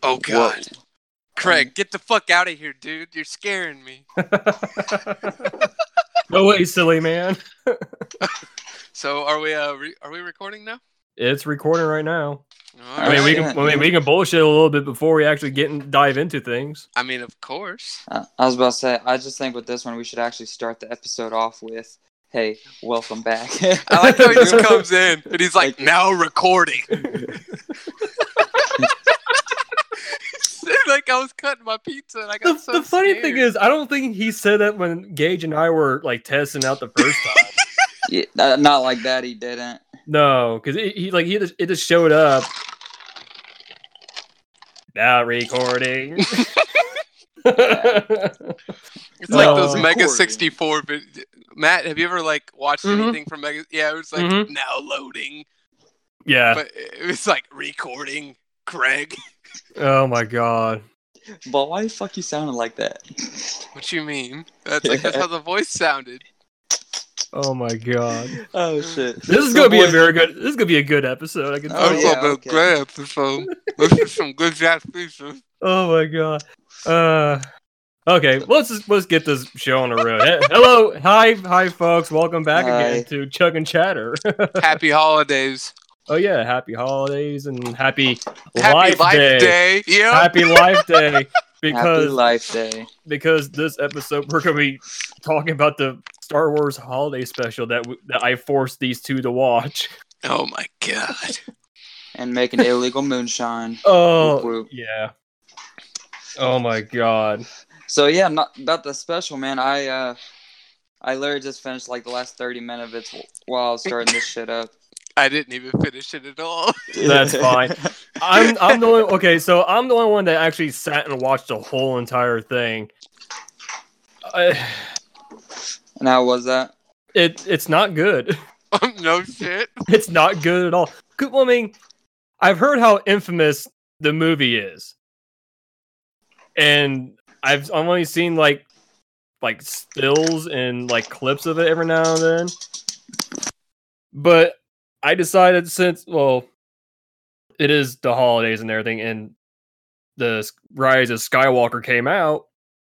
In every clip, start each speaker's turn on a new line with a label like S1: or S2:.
S1: Oh, Craig, get the fuck out of here, dude. You're scaring me.
S2: no way, silly man.
S1: So are we uh re- are we recording now?
S2: It's recording right now.
S1: All
S2: I mean, we
S1: right.
S2: can. I mean, we can bullshit a little bit before we actually get and dive into things.
S1: I mean, of course.
S3: Uh, I was about to say, I just think with this one, we should actually start the episode off with, "Hey, welcome back."
S1: I like how he just comes in and he's like,
S3: Like-
S1: now recording. like I was cutting my pizza and I
S2: The,
S1: got so
S2: the funny thing
S1: scared.
S2: is, I don't think he said that when Gage and I were like testing out the first time.
S3: Yeah, uh, not like that. He didn't.
S2: no, because he, like he just, it just showed up. Not recording.
S1: it's like
S2: No.
S1: those Mega
S3: Recording.
S1: 64 vid- Matt, have you ever like watched
S2: Mhm.
S1: anything from Mega Yeah, it was like
S2: Mhm.
S1: now loading.
S2: yeah.
S1: But it was like recording Craig.
S2: Oh my god.
S3: But why the fuck you sounded like that?
S1: What you mean? That's like that's how the voice sounded.
S2: Oh my god.
S3: Oh shit!
S2: This is
S3: So,
S2: gonna be a
S3: boys-
S2: very good. This is gonna be a good episode. I can
S3: Oh,
S2: tell. you.
S3: yeah, okay.
S1: episode. This is some good jazz pieces.
S2: Oh my god. Uh, okay. Let's just, let's get this show on the road. Hey, hello, hi, hi, folks. Welcome back
S3: Hi.
S2: again to Chug and Chatter.
S1: Happy holidays.
S2: oh yeah, happy holidays and happy,
S1: Happy
S2: life, day.
S1: day. Yeah.
S2: Happy life day.
S3: Happy
S2: Because
S3: Life Day.
S2: because this episode we're gonna be talking about the Star Wars holiday special that w- that I forced these two to watch.
S1: oh my god.
S3: And making illegal moonshine. Whoop,
S2: Oh
S3: whoop.
S2: yeah. Oh my god.
S3: So yeah, not about the special, man. I uh, I literally just finished like the last thirty minutes of it while I was starting this shit up.
S1: I didn't even finish it at all.
S2: That's fine. I'm I'm the only okay, so I'm the only one that actually sat and watched the whole entire thing. I,
S3: And how was that?
S2: it it's not good.
S1: Um, no shit.
S2: It's not good at all. 'Cause, well, I mean, I've heard how infamous the movie is, and I've I've only seen like like stills and like clips of it every now and then. But I decided since well, it is the holidays and everything, and the S- Rise of Skywalker came out.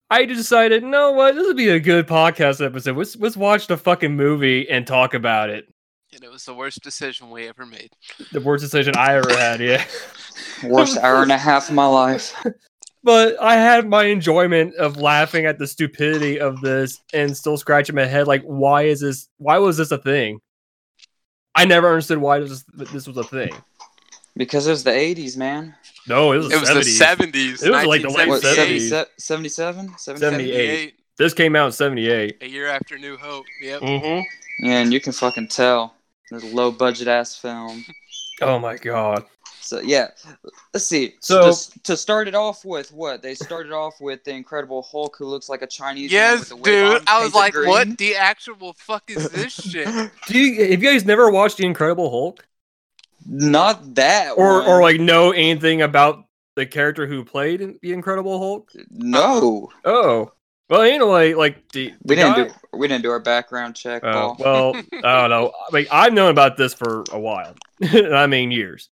S2: I decided, you know what, this would be a good podcast episode. Let's let's watch the fucking movie and talk about it.
S1: And it was the worst decision we ever made.
S2: The worst decision I ever had, yeah.
S3: Worst hour and a half of my life.
S2: But I had my enjoyment of laughing at the stupidity of this and still scratching my head like, why is this? Why was this a thing? I never understood why this this was a thing.
S3: Because it was the '80s, man.
S2: No, it was,
S1: It was
S2: 70s.
S1: the 70s.
S2: It was like the late
S3: What,
S1: 1978.
S2: 70s.
S3: 77? 77? 77?
S2: 78. This came out in '78.
S1: A year after New Hope. Yep.
S2: Mm-hmm.
S3: Yeah, and you can fucking tell. This low budget ass film.
S2: Oh my god!
S3: So yeah, let's see.
S2: So-
S3: to, to start it off with, what they started off with the Incredible Hulk who looks like a Chinese. man
S1: Yes,
S3: with a wig
S1: dude.
S3: on,
S1: I was
S3: painted
S1: like,
S3: green.
S1: what the actual fuck is this shit?
S2: Do you have you guys never watched The Incredible Hulk
S3: Not that.
S2: or
S3: one.
S2: or like know anything about the character who played in The Incredible Hulk?
S3: no,
S2: Oh, well, anyway, like the,
S3: we
S2: the
S3: didn't
S2: guy-
S3: do we didn't do our background check.
S2: Oh,
S3: Paul.
S2: well, I don't know. Like I've known about this for a while. I mean years.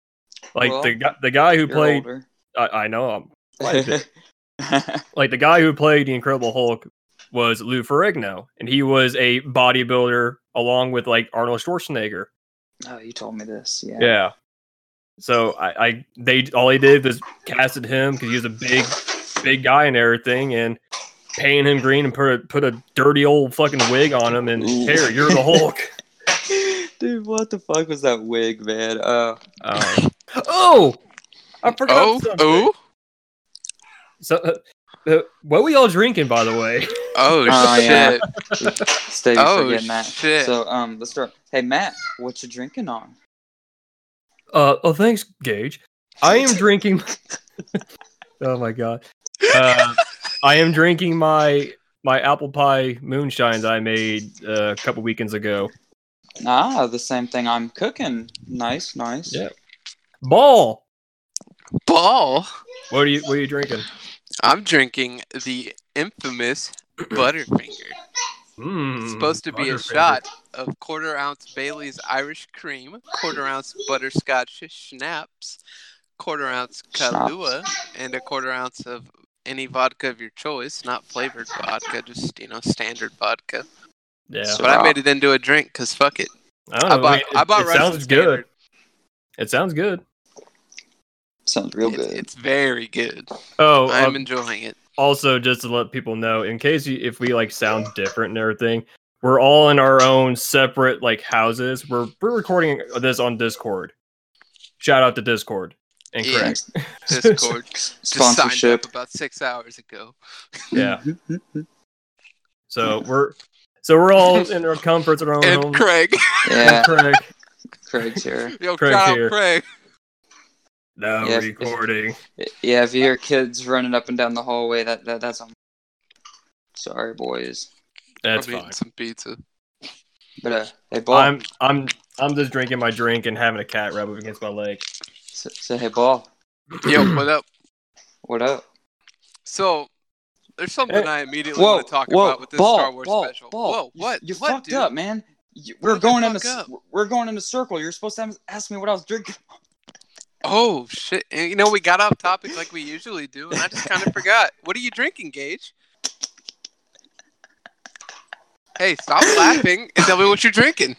S2: Like
S3: Well,
S2: the guy, the guy who
S3: You're
S2: played,
S3: older.
S2: I, I know. um,
S3: yeah,
S2: Like the guy who played the Incredible Hulk was Lou Ferrigno, and he was a bodybuilder along with like Arnold Schwarzenegger.
S3: oh, you told me this. Yeah.
S2: Yeah. So I, I they all they did was casted him because he was a big, big guy and everything, and painted him green and put a, put a dirty old fucking wig on him and
S3: Ooh.
S2: here you're the Hulk.
S3: Dude, what the fuck was that wig, man? Uh,
S2: Um, oh, I forgot.
S1: Oh,
S2: something.
S1: oh,
S2: So, uh, uh, what we all drinking, by the way?
S1: oh,
S3: Oh,
S1: shit.
S3: yeah. Steve,
S1: Oh,
S3: forgetting that.
S1: shit.
S3: So, um, let's start. Hey, Matt, what you drinking on?
S2: Uh, oh, thanks, Gage. I am drinking. oh my god. Uh, I am drinking my my apple pie moonshine that I made uh, a couple weekends ago.
S3: Ah, the same thing I'm cooking. Nice, nice.
S2: Yeah. Ball.
S1: Ball.
S2: What are you What are you drinking?
S1: I'm drinking the infamous Butterfinger.
S2: Mm,
S3: Mm-hmm.
S1: It's supposed to be a
S2: Butterfinger.
S1: shot of quarter ounce Bailey's Irish cream, quarter ounce butterscotch schnapps, quarter ounce Kahlua, and a quarter ounce of any vodka of your choice, not flavored vodka, just you know standard vodka.
S2: Yeah,
S3: So-
S1: But I made it into a drink because fuck it.
S2: I don't know.
S1: I bought
S2: mean, Oh, it,
S1: I bought
S2: it
S1: Russian
S2: sounds
S1: standard.
S2: good. It sounds good.
S3: Sounds real
S1: It's,
S3: good.
S1: it's very good.
S2: Oh,
S1: I'm
S2: um,
S1: enjoying it.
S2: also just to let people know, in case you, if we like sound different and everything, we're all in our own separate like houses. We're we're recording this on Discord. Shout out to Discord. And
S1: Yeah.
S2: correct.
S1: Discord just signed
S3: Sponsorship.
S1: up about six hours ago.
S2: Yeah. So we're so we're all in our comforts in our own home.
S1: And Craig,
S3: yeah,
S2: Correct.
S3: Craig's here.
S1: yo,
S2: Craig
S1: shout out
S2: here.
S1: Craig.
S2: Now
S3: Yes.
S2: recording.
S3: Yeah, if you hear kids running up and down the hallway, that, that that's on. Sorry, boys,
S2: That's
S1: I'm eating
S2: fine.
S1: some pizza.
S3: but uh, hey, ball.
S2: I'm I'm I'm just drinking my drink and having a cat rub up against my leg.
S3: Say, say, hey, ball.
S1: Yo, what up?
S3: What up?
S1: So there's something
S2: Hey.
S1: I immediately
S3: Whoa,
S1: want to talk
S3: whoa,
S1: about with this
S3: ball,
S1: Star Wars
S3: ball,
S1: special.
S3: Ball,
S1: Whoa,
S3: you-
S1: what?
S3: You,
S1: what,
S3: fucked
S1: dude?
S3: up, man. You,
S1: What
S3: we're
S1: did I
S3: going in a
S1: fuck
S3: s-
S1: up?
S3: we're going in a circle. You're supposed to have- ask me what I was drinking.
S1: Oh shit! And, you know we got off topic like we usually do, and I just kind of forgot. What are you drinking, Gage? Hey, stop laughing and tell me what you're drinking.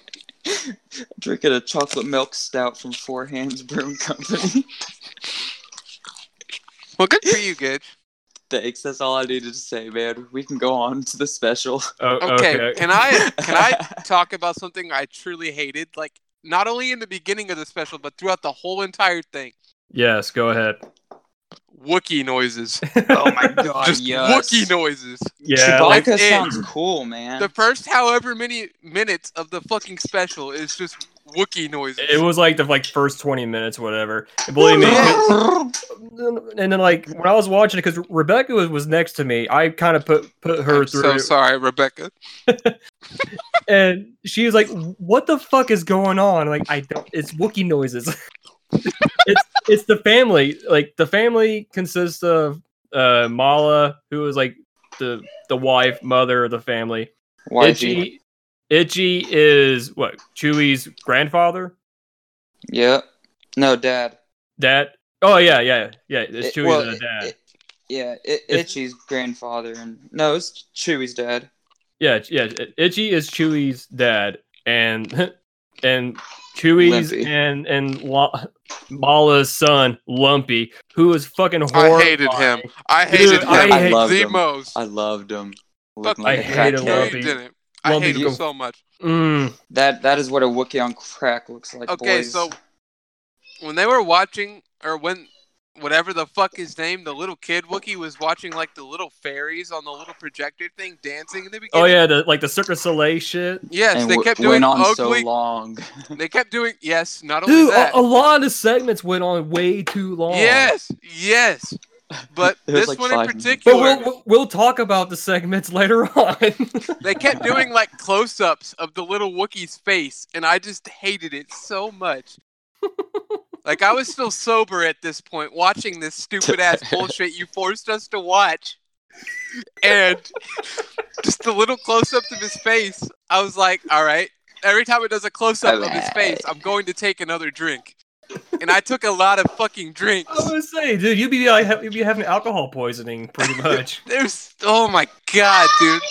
S3: Drinking a chocolate milk stout from Four Hands Brewing Company.
S1: Well, good for you, Gage.
S3: Thanks. That's all I needed to say, man. We can go on to the special.
S2: Oh,
S1: Okay,
S2: okay.
S1: can I can I talk about something I truly hated? Like not only in the beginning of the special, but throughout the whole entire thing.
S2: Yes, go ahead.
S1: Wookie noises.
S3: oh my god.
S1: Just
S3: yes.
S1: Wookiee noises.
S2: Yeah, like,
S3: Chewbacca
S1: like it.
S3: sounds cool, man.
S1: The first however many minutes of the fucking special is just Wookie noises.
S2: it was like the like first twenty minutes, whatever. And Believe me. it- And then like when I was watching it, because Rebecca was, was next to me, I kind of put put her
S1: I'm
S2: through,
S1: so sorry, Rebecca.
S2: and she was like, "What the fuck is going on?" Like I, don't, it's Wookie noises. it's it's the family. Like the family consists of uh Mala, who is like the the wife, mother of the family.
S3: YG.
S2: Itchy, Itchy is what Chewie's grandfather.
S3: Yep. No, Dad.
S2: Dad. Oh yeah, yeah, yeah. It's
S3: It-
S2: Chewie's
S3: well,
S2: uh,
S3: it-
S2: dad.
S3: it- yeah, it,
S2: It's-
S3: Itchy's grandfather, and no, it's Chewie's dad.
S2: yeah, yeah. it- Itchy is Chewie's dad, and and Chewie's
S3: Lumpy.
S2: and and La- Mala's son Lumpy, who is fucking
S1: I
S2: horrible.
S1: hated him. I
S2: Dude,
S1: hated him.
S2: I hate-
S3: loved
S1: the
S3: him.
S1: most.
S3: I loved him.
S1: Fuck
S3: Looking
S2: I
S3: like a
S2: hate
S3: crackhead.
S2: him,
S1: no, you
S2: Lumpy.
S1: didn't. I
S2: Lumpy,
S1: hated
S3: you-
S1: him so much.
S2: Mm,
S3: That that is what a Wookiee on crack looks like.
S1: Okay,
S3: boys.
S1: so when they were watching, or when whatever the fuck his name, the little kid Wookie was watching like the little fairies on the little projector thing dancing in the beginning.
S2: oh yeah, the, like the Cirque du Soleil shit.
S1: Yes,
S3: and
S1: they
S3: w-
S1: kept doing
S3: went on
S1: ugly.
S3: so long.
S1: they kept doing yes. Not only
S2: Dude, oh,
S1: that.
S2: a, a lot of segments went on way too long.
S1: Yes, yes. But
S3: It was
S1: this
S3: like
S1: one in
S3: five minutes.
S2: But
S1: particular,
S2: we'll, we'll we'll talk about the segments later on.
S1: they kept doing like close ups of the little Wookiee's face, and I just hated it so much. like, I was still sober at this point watching this stupid ass bullshit you forced us to watch. And just the little close ups of his face, I was like, all right, every time it does a close up of his face, I'm going to take another drink. And I took a lot of fucking drinks.
S2: I was gonna say, dude, you'd be like, you'd be having alcohol poisoning pretty much.
S1: There's oh my god, dude.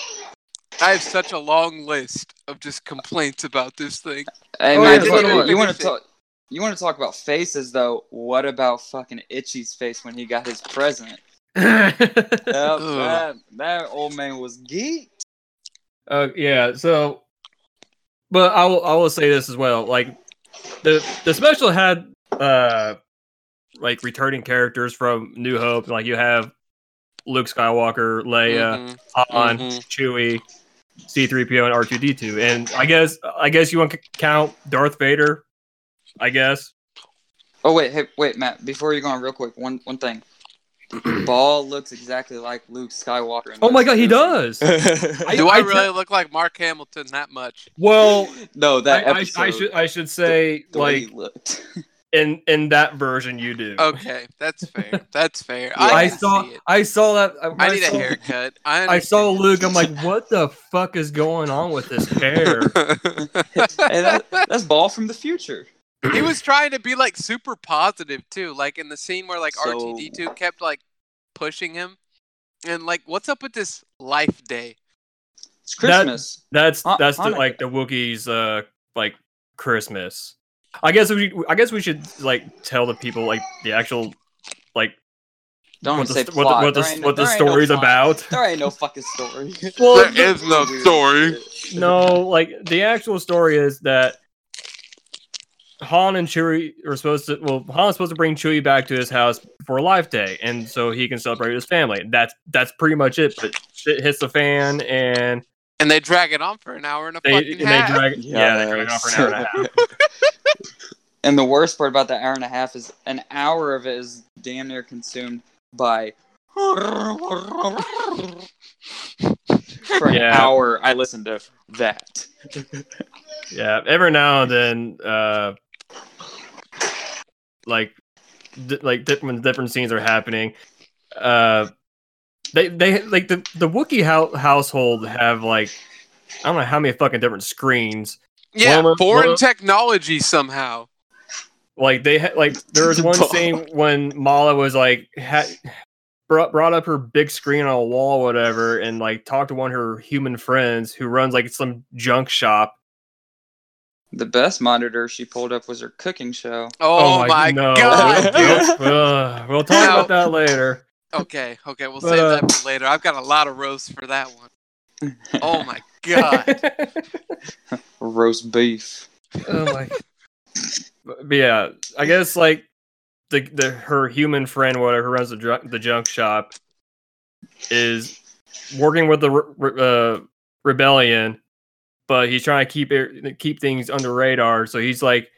S1: I have such a long list of just complaints about this thing.
S3: Hey
S2: Oh,
S3: man,
S2: yeah,
S3: fuck-
S2: so-
S3: you want to talk? You want to talk about faces though? What about fucking Itchy's face when he got his present? Yep,
S1: Ugh.
S3: that, that old man was geeked.
S2: Uh, yeah. So, but I will I will say this as well. Like the the special had uh like returning characters from New Hope. Like you have Luke Skywalker, Leia,
S1: Mhm.
S2: Han,
S1: mhm.
S2: Chewie, C three PO, and R two D two. And I guess I guess you want to count Darth Vader. I guess.
S3: Oh wait, hey, wait, Matt. Before you go on, real quick, one one thing. Ball looks exactly like Luke Skywalker. in
S2: Oh my
S3: this
S2: god, he
S3: movie.
S2: does. I-
S1: Do I,
S2: I te-
S1: really look like Mark Hamilton that much?
S2: Well,
S3: no,
S2: I,
S3: that
S2: I,
S3: episode.
S2: I should I should say
S3: the way
S2: like
S3: he looked.
S2: in in that version you do.
S1: Okay, that's fair. That's fair. Oh, I,
S2: I
S1: can
S2: saw
S1: see it.
S2: I saw that. when
S1: I need a
S2: saw-
S1: haircut. I,
S2: I saw
S1: understand.
S2: Luke. I'm like, what the fuck is going on with this hair?
S3: Hey, that- that's Ball from the future.
S1: he was trying to be like super positive too, like in the scene where like
S3: So-
S1: RTD2 kept like pushing him. And like, what's up with this Life Day?
S3: It's Christmas.
S2: That's
S3: Uh,
S2: that's the,
S3: Hanukkah.
S2: like the Wookiees uh like Christmas. I guess we I guess we should like tell the people like the actual like
S3: Don't
S2: what the,
S3: say
S2: st-
S3: plot.
S2: what
S3: There
S2: the, what
S3: ain't
S2: the,
S3: no-
S2: what the
S3: there ain't no
S2: story's
S3: plot.
S2: about.
S3: There ain't no fucking story.
S2: Well,
S1: There is no story.
S2: no, like the actual story is that Han and Chewie are supposed to. Well, Han's supposed to bring Chewie back to his house for Life Day, and so he can celebrate with his family. That's that's pretty much it. But shit hits the fan, and
S1: And they drag it on for an hour and a
S2: they
S1: fucking
S2: and they
S1: half.
S2: drag yeah, they drag it on for an hour and a half.
S3: And the worst part about that hour and a half is an hour of it is damn near consumed by. For an
S2: Yeah.
S3: hour, I listened to that.
S2: Yeah, every now and then, uh, like, di- like different different scenes are happening. Uh, they they like the the Wookiee hou- household have like I don't know how many fucking different screens.
S1: yeah,
S2: Wilma-
S1: foreign
S2: Wilma-
S1: technology somehow.
S2: Like they ha- like there was one scene when Mala was like ha- brought brought up her big screen on a wall, or whatever, and like talked to one of her human friends who runs like some junk shop.
S3: The best monitor she pulled up was her cooking show.
S1: Oh, my
S2: no.
S1: god, dude.
S2: We'll, uh, we'll- we'll talk about that later.
S1: Okay, okay, we'll
S2: But,
S1: save
S2: uh,
S1: that for later. I've got a lot of roasts for that one. Oh my god.
S3: Roast beef.
S2: oh my. But yeah, I guess like the, the her human friend, whatever, who runs the junk, the junk shop, is working with the re- re- uh, rebellion, but he's trying to keep it, keep things under radar. So he's like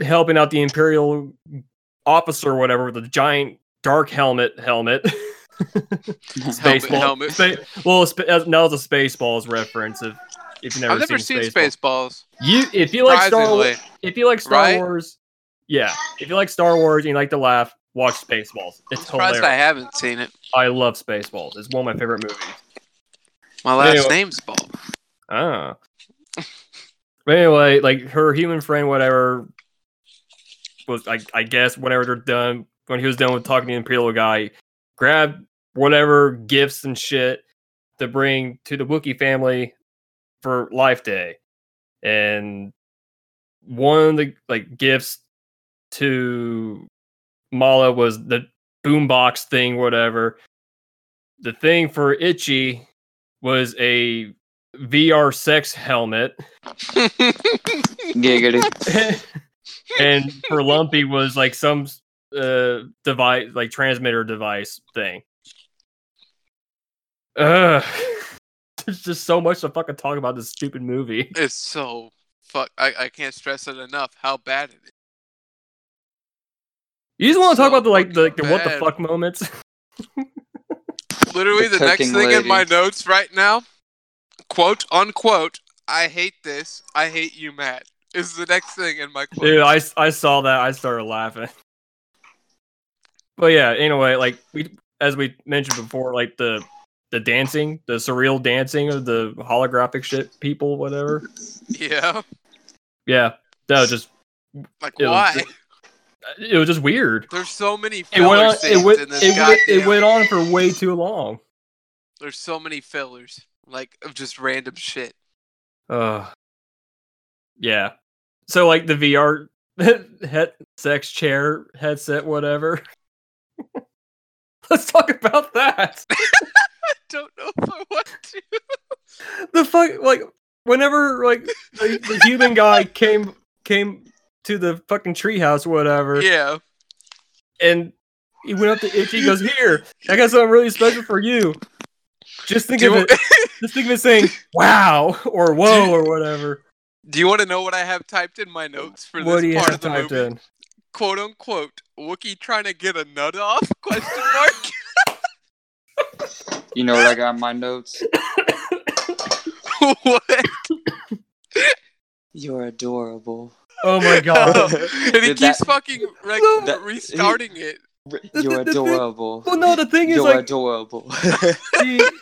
S2: helping out the imperial officer, or whatever, with a giant dark helmet helmet.
S1: Helmet,
S2: Spaceball-
S1: helmet.
S2: Spa- well, sp- uh, now it's a Spaceballs reference. If if you've never,
S1: I've never seen,
S2: Spaceballs.
S1: Spaceballs.
S2: You if you like Star Wars,
S1: Surprisingly.
S2: if you like Star
S1: Right?
S2: Wars, yeah. If you like Star Wars and you like to laugh, watch Spaceballs.
S1: I'm
S2: It's
S1: surprised
S2: hilarious.
S1: I
S2: I,
S1: haven't seen it.
S2: love Spaceballs. It's one of my favorite movies.
S1: My last
S2: Anyway.
S1: name's Ball.
S2: Oh. but anyway, like her human friend, whatever was I, I guess whenever they're done when he was done with talking to the Imperial guy, grabbed whatever gifts and shit to bring to the Wookiee family for Life Day. And one of the like gifts to Mala was the boombox thing, whatever. The thing for Itchy was a VR sex helmet.
S3: Giggity.
S2: and for Lumpy was like some uh device like transmitter device thing. Ugh. There's just so much to fucking talk about this stupid movie.
S1: it's so fuck. I, I can't stress it enough how bad it is.
S2: You just want to
S1: So
S2: talk about the like the, like, the what the
S1: bad.
S2: fuck moments.
S1: Literally, the,
S3: The
S1: next
S3: cooking
S1: thing in my
S3: lady.
S1: notes right now, quote unquote, I hate this. I hate you, Matt. Is the next thing in my quote.
S2: Dude, I, I saw that. I started laughing. But yeah, anyway, like we as we mentioned before, like the the dancing, the surreal dancing of the holographic shit people, whatever.
S1: Yeah.
S2: Yeah, that was just
S1: Like
S2: It was
S1: why?
S2: just- it was just weird.
S1: There's so many
S2: It
S1: filler
S2: went on.
S1: scenes
S2: It went,
S1: in this
S2: it, went,
S1: goddamn.
S2: it went on for way too long.
S1: There's so many fillers, like of just random shit.
S2: Ugh. yeah. So like the VR head sex chair headset, whatever. Let's talk about that.
S1: Don't know if I want to.
S2: the fuck like whenever like the, the human guy came came to the fucking treehouse or whatever
S1: Yeah.
S2: and he went up to Itchy he goes here I got something really special for you just think
S1: Do
S2: of
S1: you-
S2: it just think of it saying wow or whoa or whatever
S1: Do you want to know what I have typed in my notes for this
S2: what do you
S1: part
S2: have
S1: of the
S2: typed
S1: movie?
S2: in
S1: "Quote unquote," Wookie trying to get a nut off? Question mark.
S3: You know what I got in my notes?
S1: what?
S3: You're adorable.
S2: oh my god
S1: and he
S3: Did
S1: keeps
S3: that-
S1: fucking like
S2: No.
S3: That-
S1: restarting it.
S3: You're
S2: the thing-
S3: adorable.
S2: well no the thing is
S3: You're
S2: like
S3: adorable.
S2: the,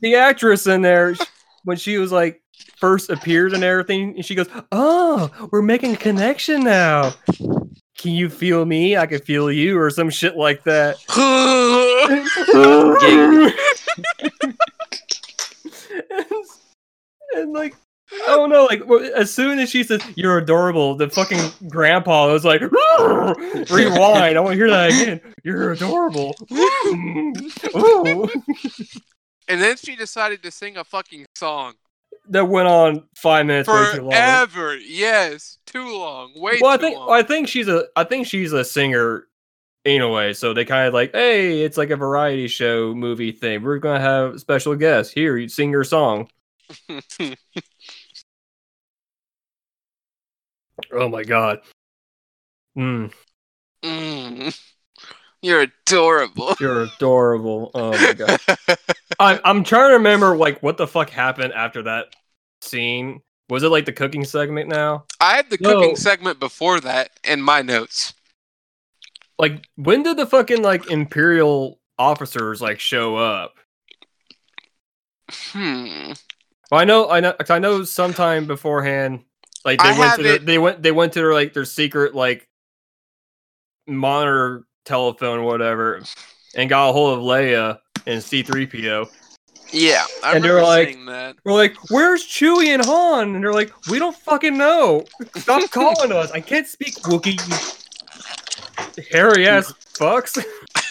S2: the actress in there sh- when she was like first appeared and everything and she goes oh we're making a connection now can you feel me? I can feel you, or some shit like that. and, and, like, I don't know. Like, wh- as soon as she says "you're adorable," the fucking grandpa was like, "Rewind! I want to hear that again. You're adorable." Ooh.
S1: and then she decided to sing a fucking song
S2: That went on five minutes way too long.
S1: forever. Yes, too long. Way
S2: well, I
S1: too
S2: think
S1: long.
S2: I think she's a I think she's a singer in a way. So they kind of like, hey, it's like a variety show movie thing. We're gonna have special guests here. You sing your song. Oh my god. Mm,
S1: Mm. You're adorable.
S2: you're adorable. Oh my god. I'm I'm trying to remember like what the fuck happened after that scene. Was it like the cooking segment now?
S1: I had the
S2: No.
S1: cooking segment before that in my notes.
S2: Like when did the fucking like imperial officers like show up?
S1: Hmm.
S2: Well, I know, I know, 'cause I know. Sometime beforehand, like they
S1: I
S2: went
S1: have
S2: to their,
S1: it-
S2: they went they went to their like their secret like monitor telephone whatever, and got a hold of Leia and C three PO.
S1: Yeah, I
S2: And they
S1: remember
S2: were like-
S1: seeing that.
S2: We're like, "Where's Chewie and Han?" And they're like, "We don't fucking know. Stop calling us. I can't speak Wookiee. you Hairy ass fucks."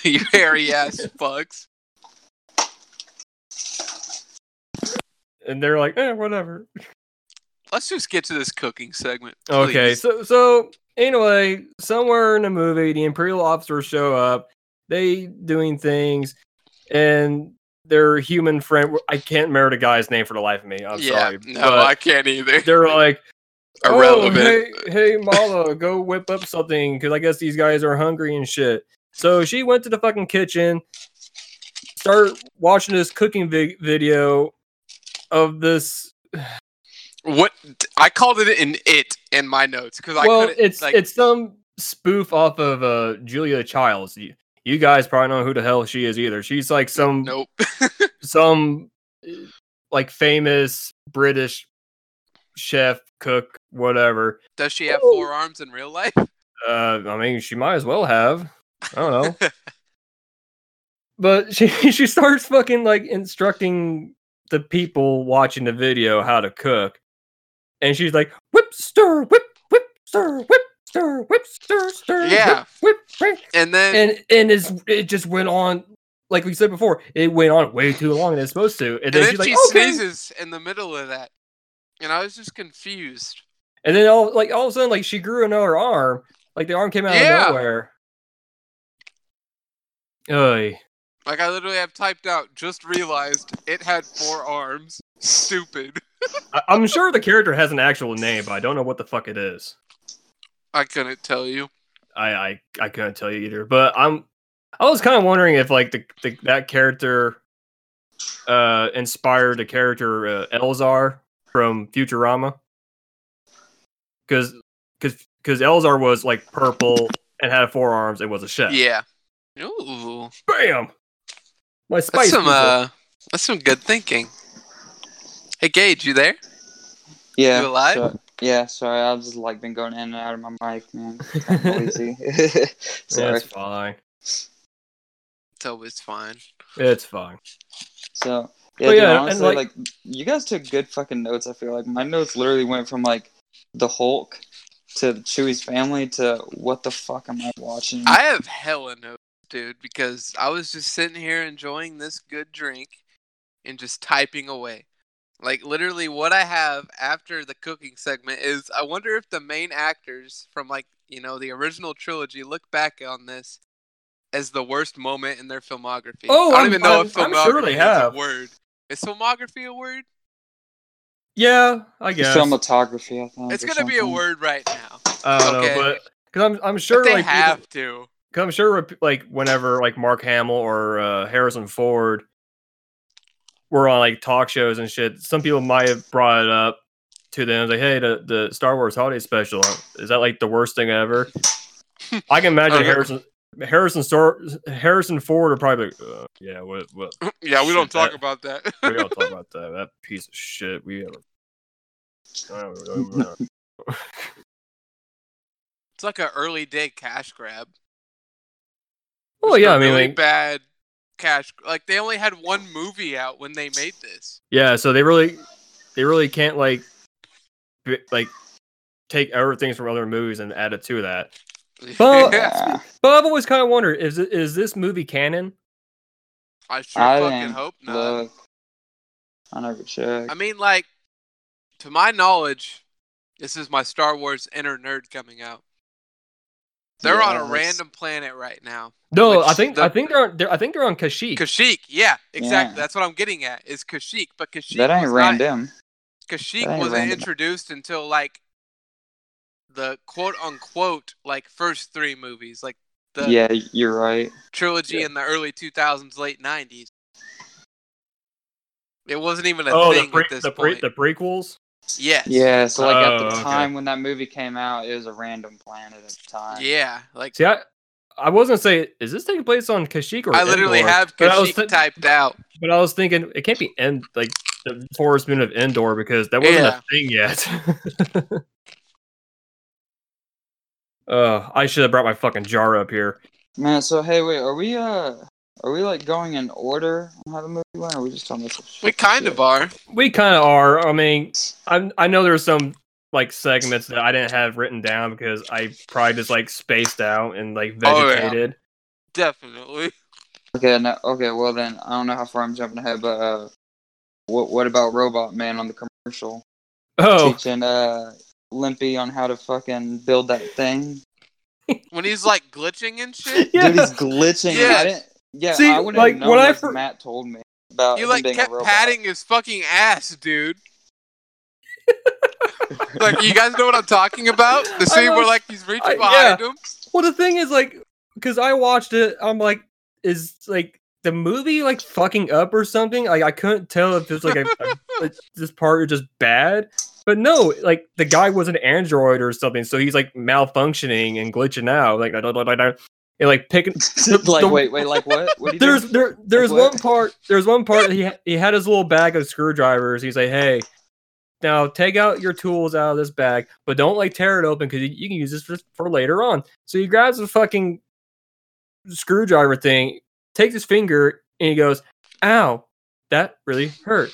S1: you hairy ass fucks.
S2: And they're like, "Eh, whatever."
S1: Let's just get to this cooking segment.
S2: Okay,
S1: please.
S2: so so anyway, somewhere in the movie, the Imperial officers show up. They doing things, and their human friend. I can't remember the guy's name for the life of me. I'm
S1: yeah,
S2: sorry,
S1: no,
S2: but
S1: I can't either.
S2: they're like "Oh,
S1: Irrelevant.
S2: hey, hey, Mala, go whip up something because I guess these guys are hungry and shit. So she went to the fucking kitchen, start watching this cooking vi- video of this
S1: What I called it an it in my notes because I
S2: well,
S1: couldn't.
S2: it's
S1: like,
S2: it's some spoof off of uh, Julia Childs. You, you guys probably don't know who the hell she is either. She's like some
S1: nope.
S2: some uh, like famous British chef, cook, whatever.
S1: Does she have
S2: Oh.
S1: four arms in real life?
S2: Uh, I mean, she might as well have. I don't know. but she she starts fucking like instructing the people watching the video how to cook, and she's like, whip stir, whip whip stir, whip stir, whip stir, stir,
S1: Yeah.
S2: whip, whip, whip.
S1: And then
S2: and and it's, it just went on like we said before it went on way too long than it's supposed to and
S1: and
S2: then,
S1: then
S2: she's like
S1: she
S2: okay.
S1: sneezes in the middle of that, and I was just confused.
S2: and then all like all of a sudden like she grew another arm like the arm came out
S1: Yeah.
S2: of nowhere Oy.
S1: Like I literally have typed out. Just realized it had four arms. Stupid.
S2: I- i'm sure the character has an actual name but i don't know what the fuck it is
S1: I couldn't tell you.
S2: i i, I couldn't tell you either but i'm i was kind of wondering if like the, the that character uh inspired the character uh, elzar from futurama because because because elzar was like purple and had four arms and was a chef
S1: Yeah. Ooh,
S2: bam my
S1: that's
S2: spice
S1: some
S2: people.
S1: uh, that's some good thinking. Hey Gage, you there?
S3: Yeah.
S1: You alive?
S3: so- yeah, sorry, I've just like been going in and out of my mic, man. I'm Noisy. sorry.
S2: it's fine
S1: It's always fine.
S2: it's fine
S3: So
S2: But
S3: yeah, dude,
S2: yeah, and,
S3: honestly,
S2: like-
S3: like, you guys took good fucking notes. I feel like my notes literally went from like the Hulk to Chewie's family to what the fuck am I watching?
S1: I have hella notes, dude, because I was just sitting here enjoying this good drink and just typing away. Like literally what I have after the cooking segment is I wonder if the main actors from like, you know, the original trilogy look back on this as the worst moment in their filmography.
S2: Oh,
S1: I don't
S2: I'm-
S1: even know if
S2: I'm- I'm
S1: filmography
S2: sure they
S1: is
S2: have.
S1: a word. Is filmography a word?
S2: yeah i guess
S3: Cinematography, I think.
S1: It's
S3: or
S1: gonna be a
S3: something.
S1: word right now.
S2: i don't
S1: okay.
S2: know but because I'm, I'm sure
S1: but they
S2: like people-
S1: have to.
S2: Cause I'm sure, rep- like whenever like Mark Hamill or uh, Harrison Ford were on like talk shows and shit, some people might have brought it up to them, like, "Hey, the, the Star Wars holiday special is that like the worst thing ever?" I can imagine
S1: Okay.
S2: Harrison Harrison Stor- Harrison Ford would probably, be like, uh, yeah, what, what,
S1: Yeah, we don't
S2: Shit,
S1: talk
S2: that-
S1: about that.
S2: we gotta talk about that that piece of shit we ever.
S1: It's like an early day cash grab.
S2: Well,
S1: Just a
S2: yeah, I mean,
S1: really
S2: like,
S1: bad cash. Like they only had one movie out when they made this.
S2: yeah. So they really, they really can't like, b- like, take everything from other movies and add it to that. Well,
S1: Yeah,
S3: Yeah.
S2: But I've always kind of wondered is it, is this movie canon?
S1: I sure
S3: I
S1: fucking
S3: didn't
S1: hope not.
S3: Look, I never checked.
S1: I mean, like, to my knowledge, this is my Star Wars inner nerd coming out. They're on a
S3: Yes.
S1: random planet right now.
S2: No,
S1: Which
S2: I think
S1: the-
S2: I think they're on they're, I think they're on Kashyyyk.
S1: Kashyyyk, yeah, exactly.
S3: Yeah.
S1: That's what I'm getting at. Is Kashyyyk, but Kashyyyk
S3: That ain't
S1: was not-
S3: random.
S1: Kashyyyk
S3: That ain't
S1: wasn't
S3: random.
S1: introduced until like the quote unquote like first three movies, like the
S3: yeah, you're right.
S1: trilogy
S2: Yeah.
S1: in the early 2000s, late 90s. It wasn't even a
S2: oh, the,
S1: thing
S2: pre-
S1: at this
S2: the, pre-
S1: point.
S2: the prequels.
S1: Yes.
S3: Yeah, so like at
S2: Oh,
S3: the
S2: okay.
S3: time when that movie came out, it was a random planet at the time.
S1: Yeah. Like
S2: See, I I was gonna say, is this taking place on Kashyyyk or
S1: I literally
S2: Endor?
S1: have
S2: But I was
S1: Kashyyyk
S2: thi-
S1: typed out.
S2: But I was thinking it can't be end like the forest moon of Endor because that wasn't
S1: Yeah.
S2: a thing yet. uh, I should have brought my fucking jar up here.
S3: Man, so hey, wait, are we uh, are we like going in order on how the movie went? Or are we just talking about some
S1: We
S3: shit?
S1: kind of are.
S2: We kind of are. I mean, I I know there's some like segments that I didn't have written down because I probably just like spaced out and like
S1: Oh, yeah.
S2: vegetated.
S1: Definitely.
S3: Okay, no, okay. Well then, I don't know how far I'm jumping ahead, but uh, what what about Robot Man on the commercial
S2: Oh,
S3: teaching uh Limpy on how to fucking build that thing?
S1: When he's like glitching and shit.
S2: yeah.
S3: Dude, he's glitching.
S1: Yeah.
S3: I didn't, yeah,
S2: See,
S3: I wouldn't
S2: like,
S3: have known
S2: when I
S3: if
S2: fir-
S3: Matt told me about
S1: You
S3: Uh, him
S1: like
S3: being a
S1: kept
S3: robot.
S1: patting his fucking ass, dude. like you guys know what I'm talking about? The scene where
S2: was-
S1: like he's reaching
S2: I-
S1: behind him.
S2: Well, the thing is, like, because I watched it, I'm like, is like the movie like fucking up or something? Like, I couldn't tell if it's like a, a- it's- this part is just bad. But no, like the guy was an android or something, so he's like malfunctioning and glitching out, like da- da- da- da- da. and like picking.
S3: like,
S2: the-
S3: wait, wait, like what? What do you do?
S2: There's there there's
S3: Like what?
S2: one part there's one part that he ha- he had his little bag of screwdrivers. He's like, hey, now take out your tools out of this bag, but don't like tear it open because you, you can use this for, for later on. So he grabs the fucking screwdriver thing, takes his finger, and he goes, ow, that really hurt.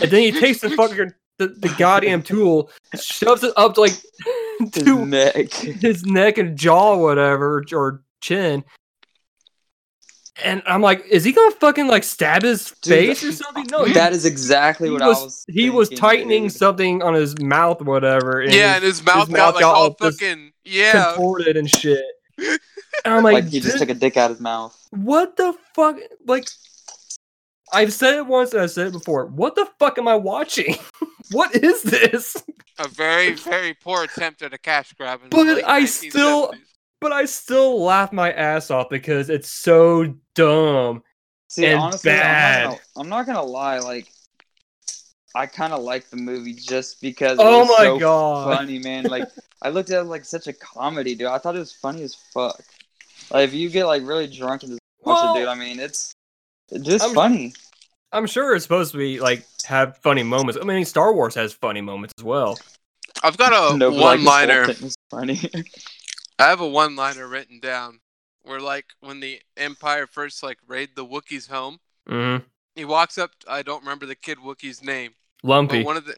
S2: And then he takes the fucking the, the goddamn tool, shoves it up to like
S3: his
S2: two
S3: neck.
S2: his neck and jaw, whatever, or chin. And I'm like, is he gonna fucking like stab his
S3: Dude,
S2: face or something? No, he-
S3: that is exactly
S2: he
S3: what
S2: was-
S3: I was.
S2: he was
S3: thinking,
S2: tightening
S3: dude.
S2: something on his mouth, whatever. And
S1: yeah,
S2: yeah,
S1: and his mouth got
S2: mouth
S1: like
S2: got
S1: all
S2: all just
S1: fucking yeah.
S2: contorted and shit. And I'm like,
S3: Like he just
S2: "Dude,
S3: took a dick out of his mouth.
S2: what the fuck? Like, I've said it once and I said it before. What the fuck am I watching? what is this?
S1: A very very poor attempt at a cash grab. In the
S2: But
S1: late
S2: I still-
S1: 1970s.
S2: But I still laugh my ass off because it's so dumb.
S3: See,
S2: and
S3: honestly,
S2: bad.
S3: I'm, not gonna, I'm not gonna lie. Like, I kind of like the movie just because. It
S2: Oh
S3: was
S2: my
S3: so
S2: god.
S3: Funny man, like I looked at it like such a comedy, dude. I thought it was funny as fuck. Like if you get like really drunk and just watch
S2: Well-
S3: it, dude. I mean, it's it's just
S2: I'm-
S3: funny.
S2: I'm sure it's supposed to be like have funny moments. I mean, Star Wars has funny moments as well.
S1: I've got a
S3: No, but, like,
S1: one
S3: this whole
S1: liner.
S3: thing was funny.
S1: I have a one liner written down where like when the Empire first like raid the Wookiees home,
S2: Mm-hmm.
S1: he walks up. I don't remember the kid Wookiee's name,
S2: Lumpy.
S1: but one of the.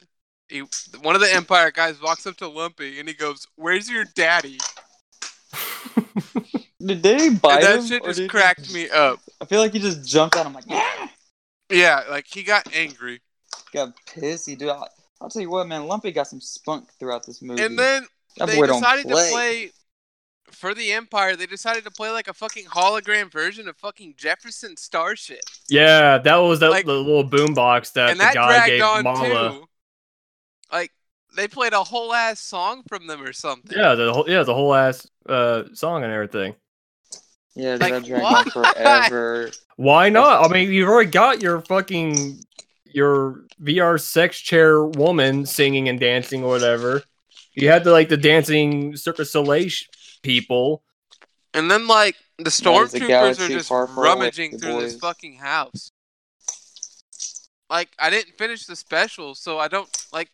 S1: He, one of the Empire guys walks up to Lumpy and he goes, "Where's your daddy?"
S3: did they bite
S1: And that
S3: him?
S1: shit
S3: or
S1: just
S3: did he
S1: cracked me up.
S3: I feel like he just jumped out. I'm like, "Ah!"
S1: Yeah, like he got angry.
S3: got pissy, dude. I, I'll tell you what, man. Lumpy got some spunk throughout this movie.
S1: And then
S3: that
S1: they
S3: boy don't
S1: decided to
S3: play.
S1: play for the Empire. They decided to play like a fucking hologram version of fucking Jefferson Starship,
S2: yeah, that was that
S1: Like-
S2: the little boombox that
S1: and that
S2: the guy
S1: dragged
S2: gave
S1: on
S2: Mala.
S1: too. Like they played a whole ass song from them or something.
S2: Yeah, the whole yeah the whole ass uh, song and everything.
S3: Yeah, dude,
S1: Like,
S3: that dragged
S1: what?
S3: on forever.
S2: Why not? I mean, you've already got your fucking your VR sex chair woman singing and dancing or whatever. You had the like the dancing Circus Soleil sh- people.
S1: And then like the
S3: was a
S1: stormtroopers are
S3: galaxy
S1: just
S3: far, far away,
S1: rummaging
S3: the
S1: through this
S3: boys.
S1: fucking house. Like I didn't finish the special, so I don't like.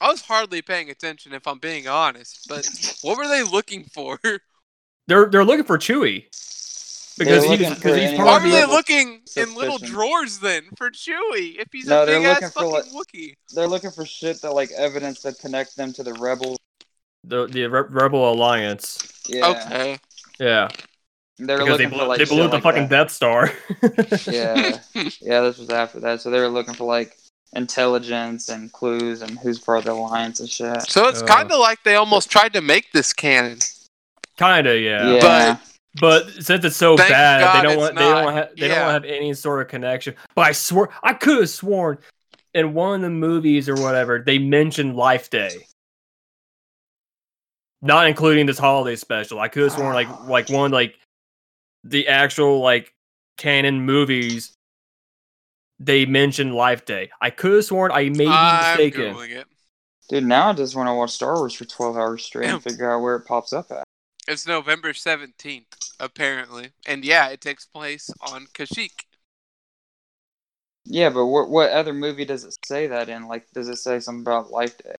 S1: I was hardly paying attention, if I'm being honest. But what were they looking for?
S2: They're they're looking for Chewy because he's
S3: looking for
S2: because he's
S3: any-
S1: Why
S2: part
S1: were
S2: of
S1: they
S2: the.
S3: look-
S1: looking in little
S3: Suspicion.
S1: drawers then for Chewie? If he's
S3: No,
S1: a
S3: they're
S1: big ass fucking
S3: looking for,
S1: Wookiee.
S3: They're looking for shit that like evidence that connects them to the rebels.
S2: The, the Re- Rebel Alliance,
S3: Yeah.
S1: Okay.
S2: yeah,
S3: They were
S2: because they
S3: looking
S2: blew,
S3: for like
S2: they blew
S3: shit
S2: up the
S3: like
S2: fucking
S3: that.
S2: Death Star.
S3: Yeah. yeah, this was after that. So they were looking for like intelligence and clues and who's part of the alliance and shit.
S1: So it's
S2: Uh.
S1: kind of like they almost tried to make this canon.
S2: Kinda, yeah.
S3: Yeah.
S1: But-
S2: But since it's so
S1: Thank
S2: bad,
S1: God
S2: they don't
S1: it's
S2: want
S1: not.
S2: they don't ha- they
S1: Yeah.
S2: don't have any sort of connection. But I swear, I could have sworn in one of the movies or whatever they mentioned Life Day, not including this holiday special. I could have sworn like like one like the actual like canon movies they mentioned Life Day. I could have sworn I may be
S1: I'm
S2: mistaken.
S1: googling it.
S3: dude, now I just want to watch Star Wars for twelve hours straight and figure out where it pops up at.
S1: It's November seventeenth, apparently, and yeah, it takes place on Kashyyyk.
S3: Yeah, but what what other movie does it say that in? Like, does it say something about Life Day?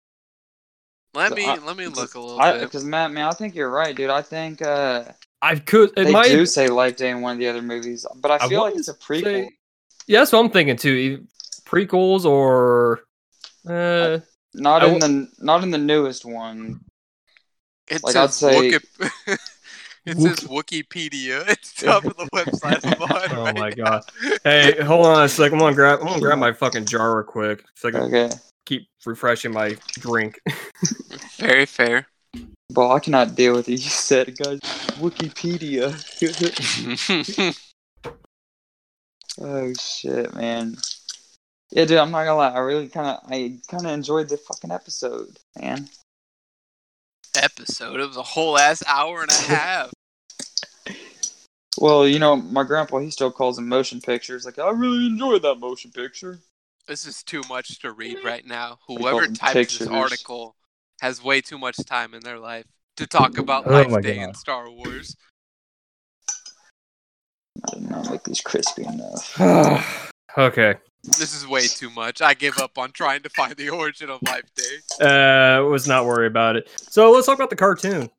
S1: Let
S3: So
S1: me
S3: I-
S1: let me look a little bit.
S3: Because Matt, man, I think you're right, dude. I think uh,
S2: I could. It
S3: they
S2: might.
S3: do say Life Day in one of the other movies, but I
S2: I
S3: feel like
S2: wanna
S3: it's a prequel.
S2: say- Yeah, that's what I'm thinking too. e- Prequels or uh,
S3: Not
S2: I
S3: in the not in the newest one.
S1: It
S3: like, I'd
S1: says
S3: say-
S1: Wooki- it says Wikipedia. It's top of the website I'm on.
S2: Oh
S1: right
S2: my
S1: now.
S2: God. hey, hold on a sec. I'm gonna grab. I'm gonna grab my fucking jar real quick so I can
S3: Okay,
S2: keep refreshing my drink.
S1: Very fair.
S3: well, I cannot deal with it. You said, it, guys, Wikipedia. Oh shit, man. Yeah, dude, I'm not gonna lie. I really kind of, I kind of enjoyed the fucking episode, man.
S1: Episode. It was a whole ass hour and a half.
S3: Well, you know, my grandpa, he still calls them motion pictures. Like, I really enjoyed that motion picture.
S1: This is too much to read
S2: Mm-hmm.
S1: right now.
S3: call
S1: Whoever
S3: them
S1: types
S3: pictures.
S1: this article has way too much time in their life to talk about
S2: Oh
S1: Life
S2: my
S1: Day
S2: God.
S1: and Star Wars.
S3: I did not make these crispy enough.
S2: okay.
S1: This is way too much. I give up on trying to find the origin of Life Day.
S2: Uh, was not worried about it. So let's talk about the cartoon.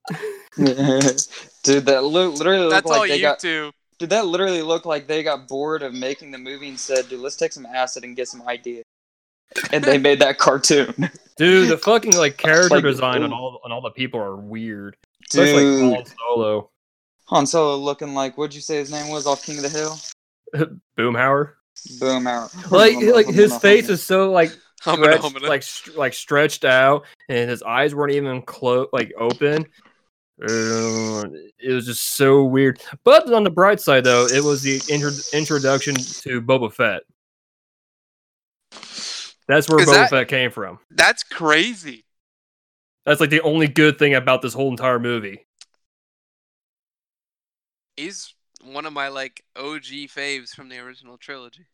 S3: dude, that lo- literally looked
S1: That's all
S3: like they got.
S1: YouTube.
S3: Dude, that literally looked like they got bored of making the movie and said, "Dude, let's take some acid and get some ideas." And they made that cartoon.
S2: Dude, the fucking like character
S3: Like,
S2: design on
S3: ooh.
S2: all on all the people are weird. Especially
S3: Dude,
S2: like Han Solo,
S3: Han Solo looking like what'd you say his name was off King of the Hill?
S2: Boomhauer.
S3: Boom out.
S2: Like like his face is so like
S1: I'm gonna, I'm
S2: stretched,
S1: gonna-
S2: like st- like stretched out, and his eyes weren't even close, like open. Uh, It was just so weird. But on the bright side, though, it was the intro- introduction to Boba Fett. That's where
S1: Is
S2: Boba
S1: that-
S2: Fett came from.
S1: That's crazy.
S2: That's like the only good thing about this whole entire movie.
S1: He's one of my like OG faves from the original trilogy.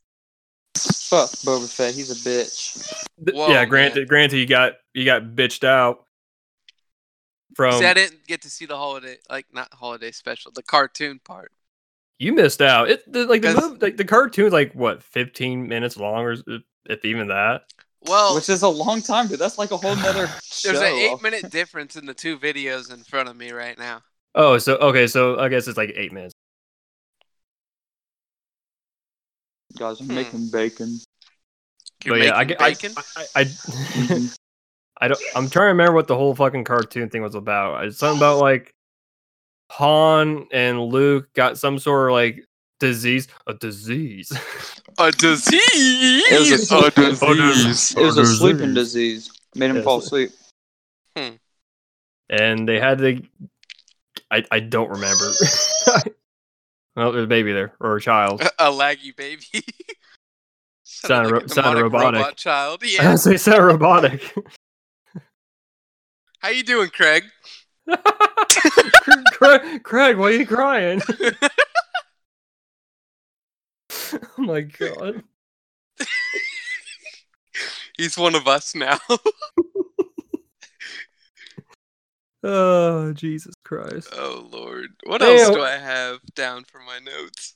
S3: fuck Boba Fett. He's a bitch.
S2: Th-
S1: Whoa,
S2: yeah,
S1: man.
S2: granted, granted, you got you got bitched out from Um,
S1: See, I didn't get to see the holiday, like not holiday special, the cartoon part.
S2: you missed out. It the, like the
S1: 'Cause-
S2: move, like the cartoon's like what fifteen minutes long or s- if- if even that.
S1: Well,
S3: Which is a long time, dude. That's like a whole nother show.
S1: Oh. there's an eight minute difference in the two videos in front of me right now.
S2: Oh, so okay, so I guess it's like eight minutes.
S3: Guys, I'm
S1: Hmm.
S3: making bacon.
S1: You're
S2: but yeah, I,
S1: making
S2: I-
S1: bacon?
S2: I, I, I, I don't. I'm trying to remember what the whole fucking cartoon thing was about. It's something about like Han and Luke got some sort of like disease, a disease.
S1: A disease.
S3: It was a-
S1: a
S2: disease.
S1: disease.
S3: it was a
S2: disease.
S3: sleeping disease. Made him
S2: Yes.
S3: fall asleep.
S2: and they had to. I I don't remember. well, there's a baby there or a child.
S1: A laggy baby.
S2: Sounded ro-
S1: a
S2: sounded
S1: demonic
S2: robotic.
S1: Robot child.
S2: Yeah.
S1: Yeah.
S2: so it sounded robotic.
S1: How you doing, Craig?
S2: Craig, Craig, why are you crying? oh my god.
S1: He's one of us now.
S2: Oh Jesus Christ.
S1: oh Lord. What
S2: Hey,
S1: else
S2: uh,
S1: do I have down for my notes?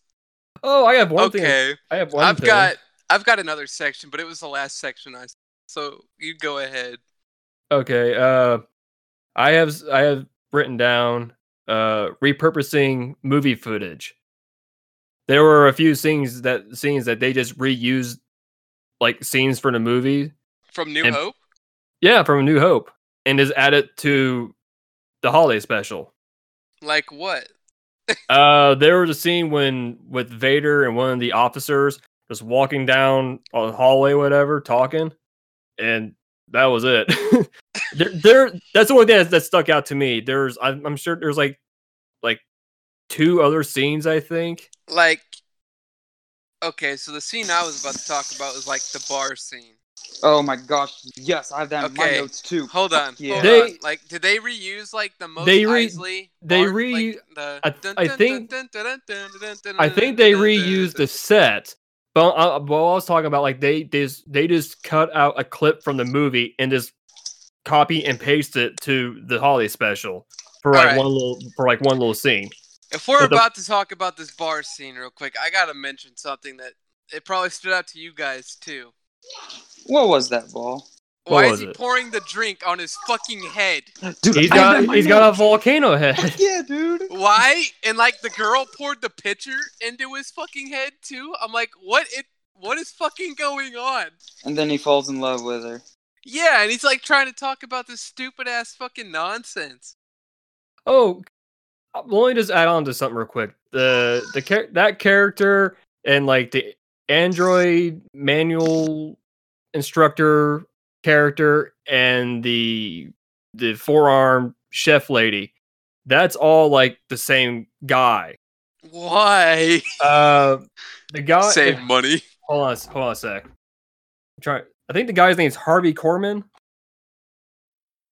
S2: Oh, I have one thing.
S1: okay.
S2: I have one
S1: I've
S2: thing.
S1: got I've got another section, but it was the last section I so you go ahead.
S2: Okay. Uh, I have I have written down uh repurposing movie footage. There were a few scenes that scenes that they just reused, like scenes from the movie.
S1: From New
S2: And-
S1: Hope?
S2: Yeah, from A New Hope, and just add it to the holiday special.
S1: Like what?
S2: Uh, there was a scene when with Vader and one of the officers just walking down a hallway, whatever, talking, and that was it. there, there, that's the only thing that, that stuck out to me. There's, I'm, I'm sure there's like, like two other scenes. I think.
S1: Like Okay, so the scene I was about to talk about was like the bar scene.
S3: Oh my gosh! Yes, I have that in
S1: Okay.
S3: my notes too.
S1: Hold
S3: Fuck
S1: on.
S3: Yeah.
S1: Hold
S2: They-
S1: on. Like did they reuse like the most
S2: They re-
S1: Isley
S2: they
S1: bar-
S2: re-
S1: like, the
S2: I-
S1: dun-
S2: I
S1: dun-
S2: think-
S1: dun- dun- dun- dun- dun- dun-
S2: I think they
S1: dun- dun- dun-
S2: reused the set, but I, but I was talking about like they they just, they just cut out a clip from the movie and just copy and paste it to the holiday special for like
S1: Alright.
S2: one little for like one little scene.
S1: If we're
S2: But the-
S1: about to talk about this bar scene real quick, I gotta mention something that it probably stood out to you guys too.
S3: What was that ball,
S2: What
S1: Why
S2: was
S1: is he
S2: it?
S1: pouring the drink on his fucking head?
S3: dude?
S2: He's
S3: I have that in
S2: got
S3: my
S2: he's got a
S3: notes.
S2: volcano head.
S3: Fuck yeah, dude.
S1: Why? And like the girl poured the pitcher into his fucking head too. I'm like, what it what is fucking going on?
S3: And then he falls in love with her.
S1: Yeah, and he's like trying to talk about this stupid ass fucking nonsense.
S2: Oh, let me just add on to something real quick. The the char- that character and like the Android manual instructor character and the the forearm chef lady. That's all like the same guy.
S1: Why?
S2: Uh, the guy.
S1: Save money.
S2: Hold on, a s- hold on a sec. Try. I think the guy's name's Harvey Corman.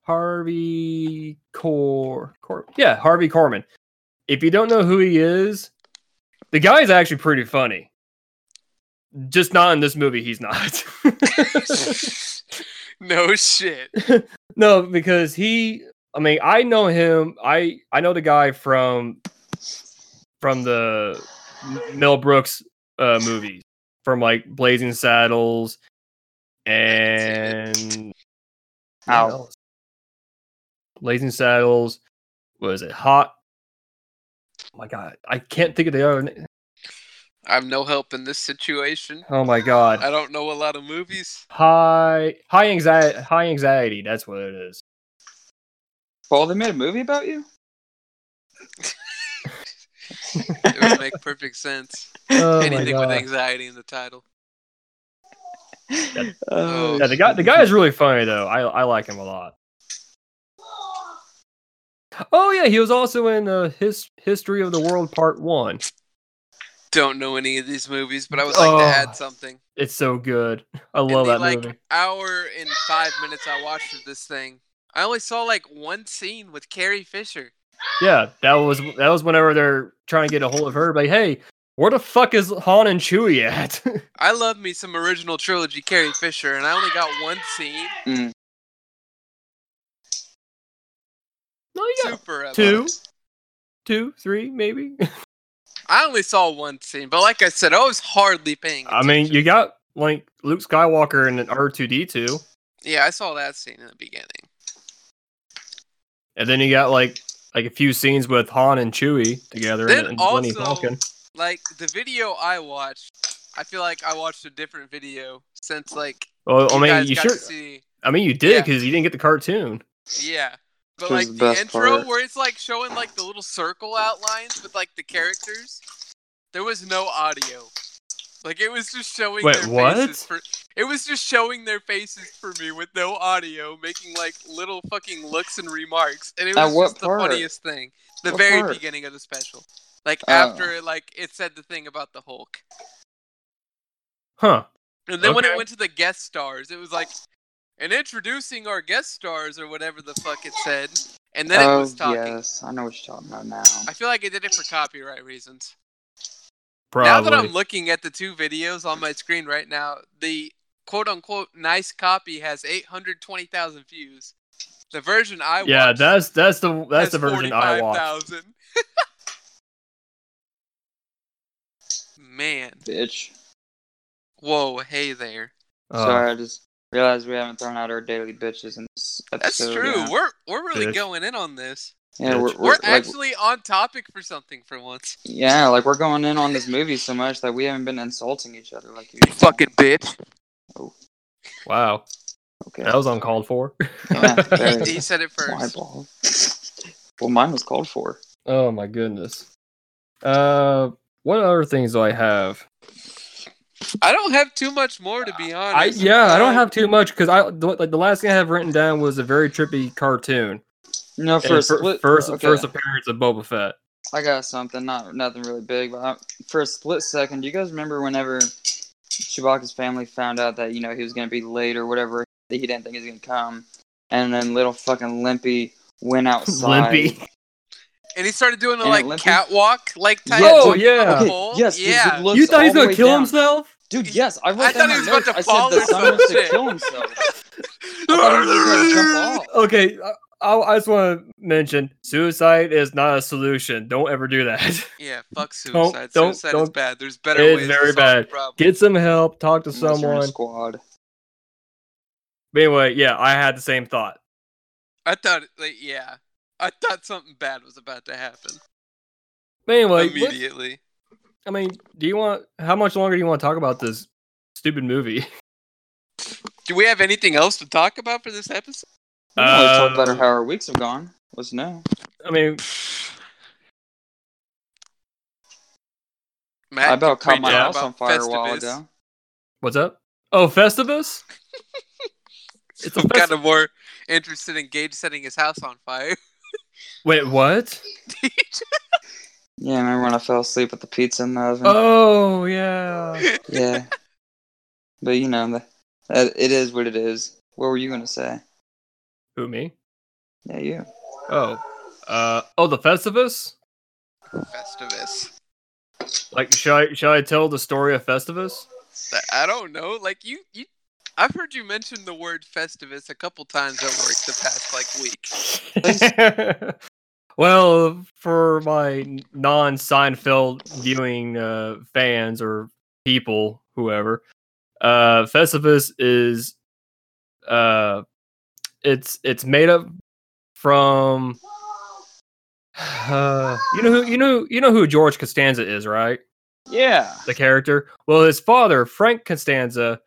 S2: Harvey Cor, Cor. Yeah, Harvey Corman. If you don't know who he is, the guy's actually pretty funny. Just not in this movie. He's not.
S1: no shit.
S2: no, because he. I mean, I know him. I I know the guy from from the Mel Brooks uh, movies, from like Blazing Saddles and what
S3: Ow.
S2: else? Blazing Saddles. Was it Hot? Oh my god, I can't think of the other. na-
S1: I'm no help in this situation.
S2: Oh my god,
S1: I don't know a lot of movies.
S2: high high anxiety, high anxiety. That's what it is.
S3: Paul, they made a movie about you?
S1: It would make perfect sense.
S2: Oh my
S1: Anything with
S2: God.
S1: anxiety in the title.
S3: Oh,
S2: Yeah, the guy the guy is really funny though. I I like him a lot. Oh yeah, he was also in uh, his History of the World Part One.
S1: Don't know any of these movies, but I would like to
S2: Oh.
S1: add something.
S2: It's so good. I love
S1: in the,
S2: that
S1: like
S2: movie.
S1: hour and five minutes I watched of this thing, I only saw like one scene with Carrie Fisher.
S2: Yeah, that was that was whenever they're trying to get a hold of her. Like, hey, where the fuck is Han and Chewie at?
S1: I love me some original trilogy Carrie Fisher, and I only got one scene.
S3: Mm.
S2: no, you got
S1: Super about
S2: two,
S1: it.
S2: two, three, maybe.
S1: I only saw one scene, but like I said, I was hardly paying.
S2: I mean,
S1: attention.
S2: you got like Luke Skywalker and an R two D two,
S1: yeah, I saw that scene in the beginning.
S2: and then you got like like a few scenes with Han and Chewie together
S1: Then
S2: and, and Millennium
S1: also-
S2: Falcon.
S1: Like the video I watched, I feel like I watched a different video since like
S2: Well, I
S1: you
S2: mean,
S1: guys
S2: you
S1: got
S2: sure?
S1: to see.
S2: I mean, you did
S1: Yeah.
S2: because you didn't get the cartoon.
S1: Yeah. But
S3: Which
S1: like
S3: is the
S1: the
S3: best
S1: intro
S3: part.
S1: where it's like showing like the little circle outlines with like the characters, there was no audio. Like it was just showing
S2: Wait,
S1: their
S2: what?
S1: faces for it was just showing their faces for me with no audio, making like little fucking looks and remarks. And it
S3: At
S1: was
S3: what
S1: just the
S3: part?
S1: funniest thing. The
S3: What
S1: very
S3: part?
S1: beginning of the special. Like
S3: Oh.
S1: after like it said the thing about the Hulk.
S2: Huh.
S1: And then when
S2: Okay.
S1: it went to the guest stars, it was like, and introducing our guest stars or whatever the fuck it said. And then
S3: oh,
S1: it was talking.
S3: yes, I know what you're talking about now.
S1: I feel like it did it for copyright reasons.
S2: Probably.
S1: Now that I'm looking at the two videos on my screen right now, the quote unquote nice copy has 820,000 views. The version I
S2: yeah,
S1: watched
S2: that's that's the
S1: has
S2: that's the version I watched.
S1: 45,000. Man.
S3: Bitch.
S1: Whoa, hey there.
S2: Uh, Oh,
S3: Sorry, I just Realize we haven't thrown out our daily bitches in this
S1: That's
S3: episode.
S1: true.
S3: Yeah,
S1: We're we're really
S2: Bitch.
S1: going in on this.
S3: yeah we're,
S2: Bitch.
S1: We're,
S3: we're, like,
S1: actually on topic for something for once.
S3: yeah, like we're going in on this movie so much that we haven't been insulting each other like usual.
S1: bitch.
S2: Wow,
S3: okay.
S2: that was uncalled for.
S3: Yeah, there it
S1: he, he
S3: is.
S1: said it
S3: My
S1: first.
S3: ball. well, mine was called for.
S2: Oh my goodness. Uh, what other things do I have?
S1: I don't have too much more to be
S2: I
S1: honest.
S2: yeah, I don't
S1: Um,
S2: have too much because I the- like the last thing I have written down was a very trippy cartoon.
S3: No,
S2: And
S3: for a
S2: fir-
S3: split,
S2: first
S3: okay,
S2: first appearance of Boba Fett.
S3: I got something, not nothing really big, but I, for a split second, do you guys remember whenever Chewbacca's family found out that you know he was gonna be late or whatever that he didn't think he was gonna come, and then little fucking Limpy went outside.
S2: Limpy.
S1: And he started doing a
S3: And
S1: like
S3: Olympian-
S1: catwalk like type.
S2: Oh,
S1: of
S2: yeah.
S1: a
S3: Okay,
S1: pole.
S3: yes, dude,
S1: yeah.
S3: dude, looks
S2: You thought he's
S3: all the
S2: gonna
S3: way
S2: kill
S3: down.
S2: himself?
S3: Dude, yes, I, wrote
S1: I
S3: that
S1: thought
S3: in
S1: he
S3: my
S1: was
S3: notes.
S1: about to
S3: I
S1: fall
S3: said
S1: or
S3: the son wants
S1: something.
S3: to kill himself. I thought he was gonna jump off.
S2: Okay, I, I- I just want to mention suicide is not a solution. Don't ever do that.
S1: Yeah, fuck
S2: Don't-
S1: suicide.
S2: don't-
S1: suicide is
S2: don't-
S1: bad. There's better
S2: it is
S1: ways
S2: very
S1: to solve
S2: bad.
S1: the problem.
S2: Get some help. Talk to
S3: Unless you're in a
S2: someone.
S3: Squad.
S2: But anyway, yeah, I had the same thought.
S1: I thought like yeah. I thought something bad was about to happen
S2: But anyway, what-
S1: immediately.
S2: I mean, do you want how much longer do you want to talk about this stupid movie?
S1: Do we have anything else to talk about for this episode?
S3: We don't really talk
S2: Uh,
S3: about how our weeks have gone. Let's know.
S2: I mean,
S1: Matt,
S3: I about caught
S1: freaked
S3: my
S2: out
S3: house
S1: about
S3: on fire a while
S1: Festivus.
S3: ago.
S2: what's up? Oh, Festivus. it's a
S1: I'm
S2: fest-
S1: kind of more interested in Gage setting his house on fire.
S2: Wait, what?
S3: Yeah, remember when I fell asleep with the pizza in the oven?
S2: Oh yeah.
S3: Yeah. but you know, the, that, it is what it is. What were you gonna say?
S2: Who me?
S3: Yeah, you.
S2: Oh, uh, oh the Festivus.
S1: Festivus.
S2: Like, should I should I tell the story of Festivus?
S1: I- I don't know. Like you, you, I've heard you mention the word Festivus a couple times at work the past like week.
S2: well, for my non Seinfeld viewing uh, fans or people, whoever, uh, Festivus is uh, it's it's made up from uh, you know who you know you know who George Costanza is, right?
S3: Yeah.
S2: The character. Well, his father, Frank Costanza,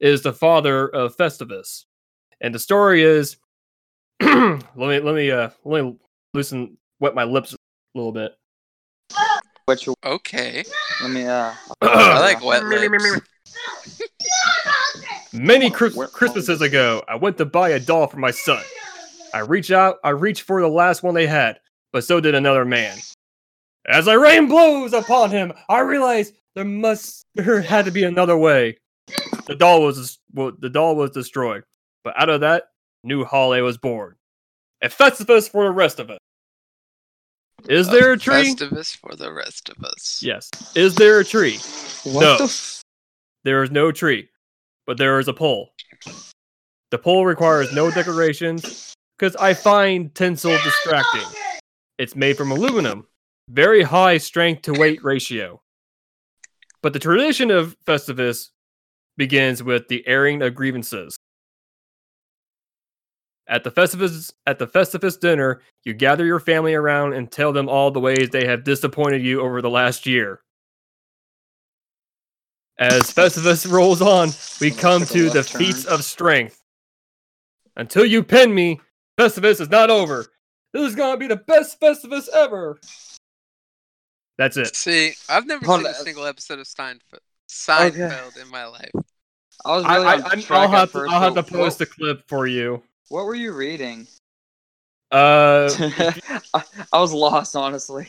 S2: is the father of Festivus, and the story is. let me let me uh let me loosen wet my lips a little bit.
S3: What you?
S1: Okay.
S3: Let me. Uh.
S1: I like wet lips.
S2: Many Chris-
S3: Wet-
S2: Christmases ago, I went to buy a doll for my son. I reach out, I reached for the last one they had, but so did another man. As I rain blows upon him, I realized there must there had to be another way. The doll was well, the doll was destroyed, but out of that, new holiday was born. A Festivus for the rest of us. Is there a tree?
S1: Festivus for the rest of us.
S2: Yes. Is there a tree?
S3: What
S2: No.
S3: the? F-
S2: There is no tree, but there is a pole. The pole requires no decorations because I find tinsel distracting. It's made from aluminum, very high strength to weight ratio. But the tradition of Festivus begins with the airing of grievances. At the Festivus at the Festivus dinner, you gather your family around and tell them all the ways they have disappointed you over the last year. As Festivus rolls on, we come
S3: Took a
S2: to the
S3: left turn.
S2: feats of strength. Until you pin me, Festivus is not over. This is gonna be the best Festivus ever. That's it.
S1: See, I've never
S3: Hold
S1: seen a
S3: on.
S1: single episode of Seinfeld, Seinfeld in my life.
S3: I was
S2: I,
S3: really.
S2: I,
S3: on
S2: I'm-
S3: track
S2: I'll
S3: at
S2: have to,
S3: first,
S2: I'll have to
S3: but
S2: post
S3: What,
S2: a clip for you.
S3: what were you reading?
S2: Uh,
S3: I, I was lost, honestly.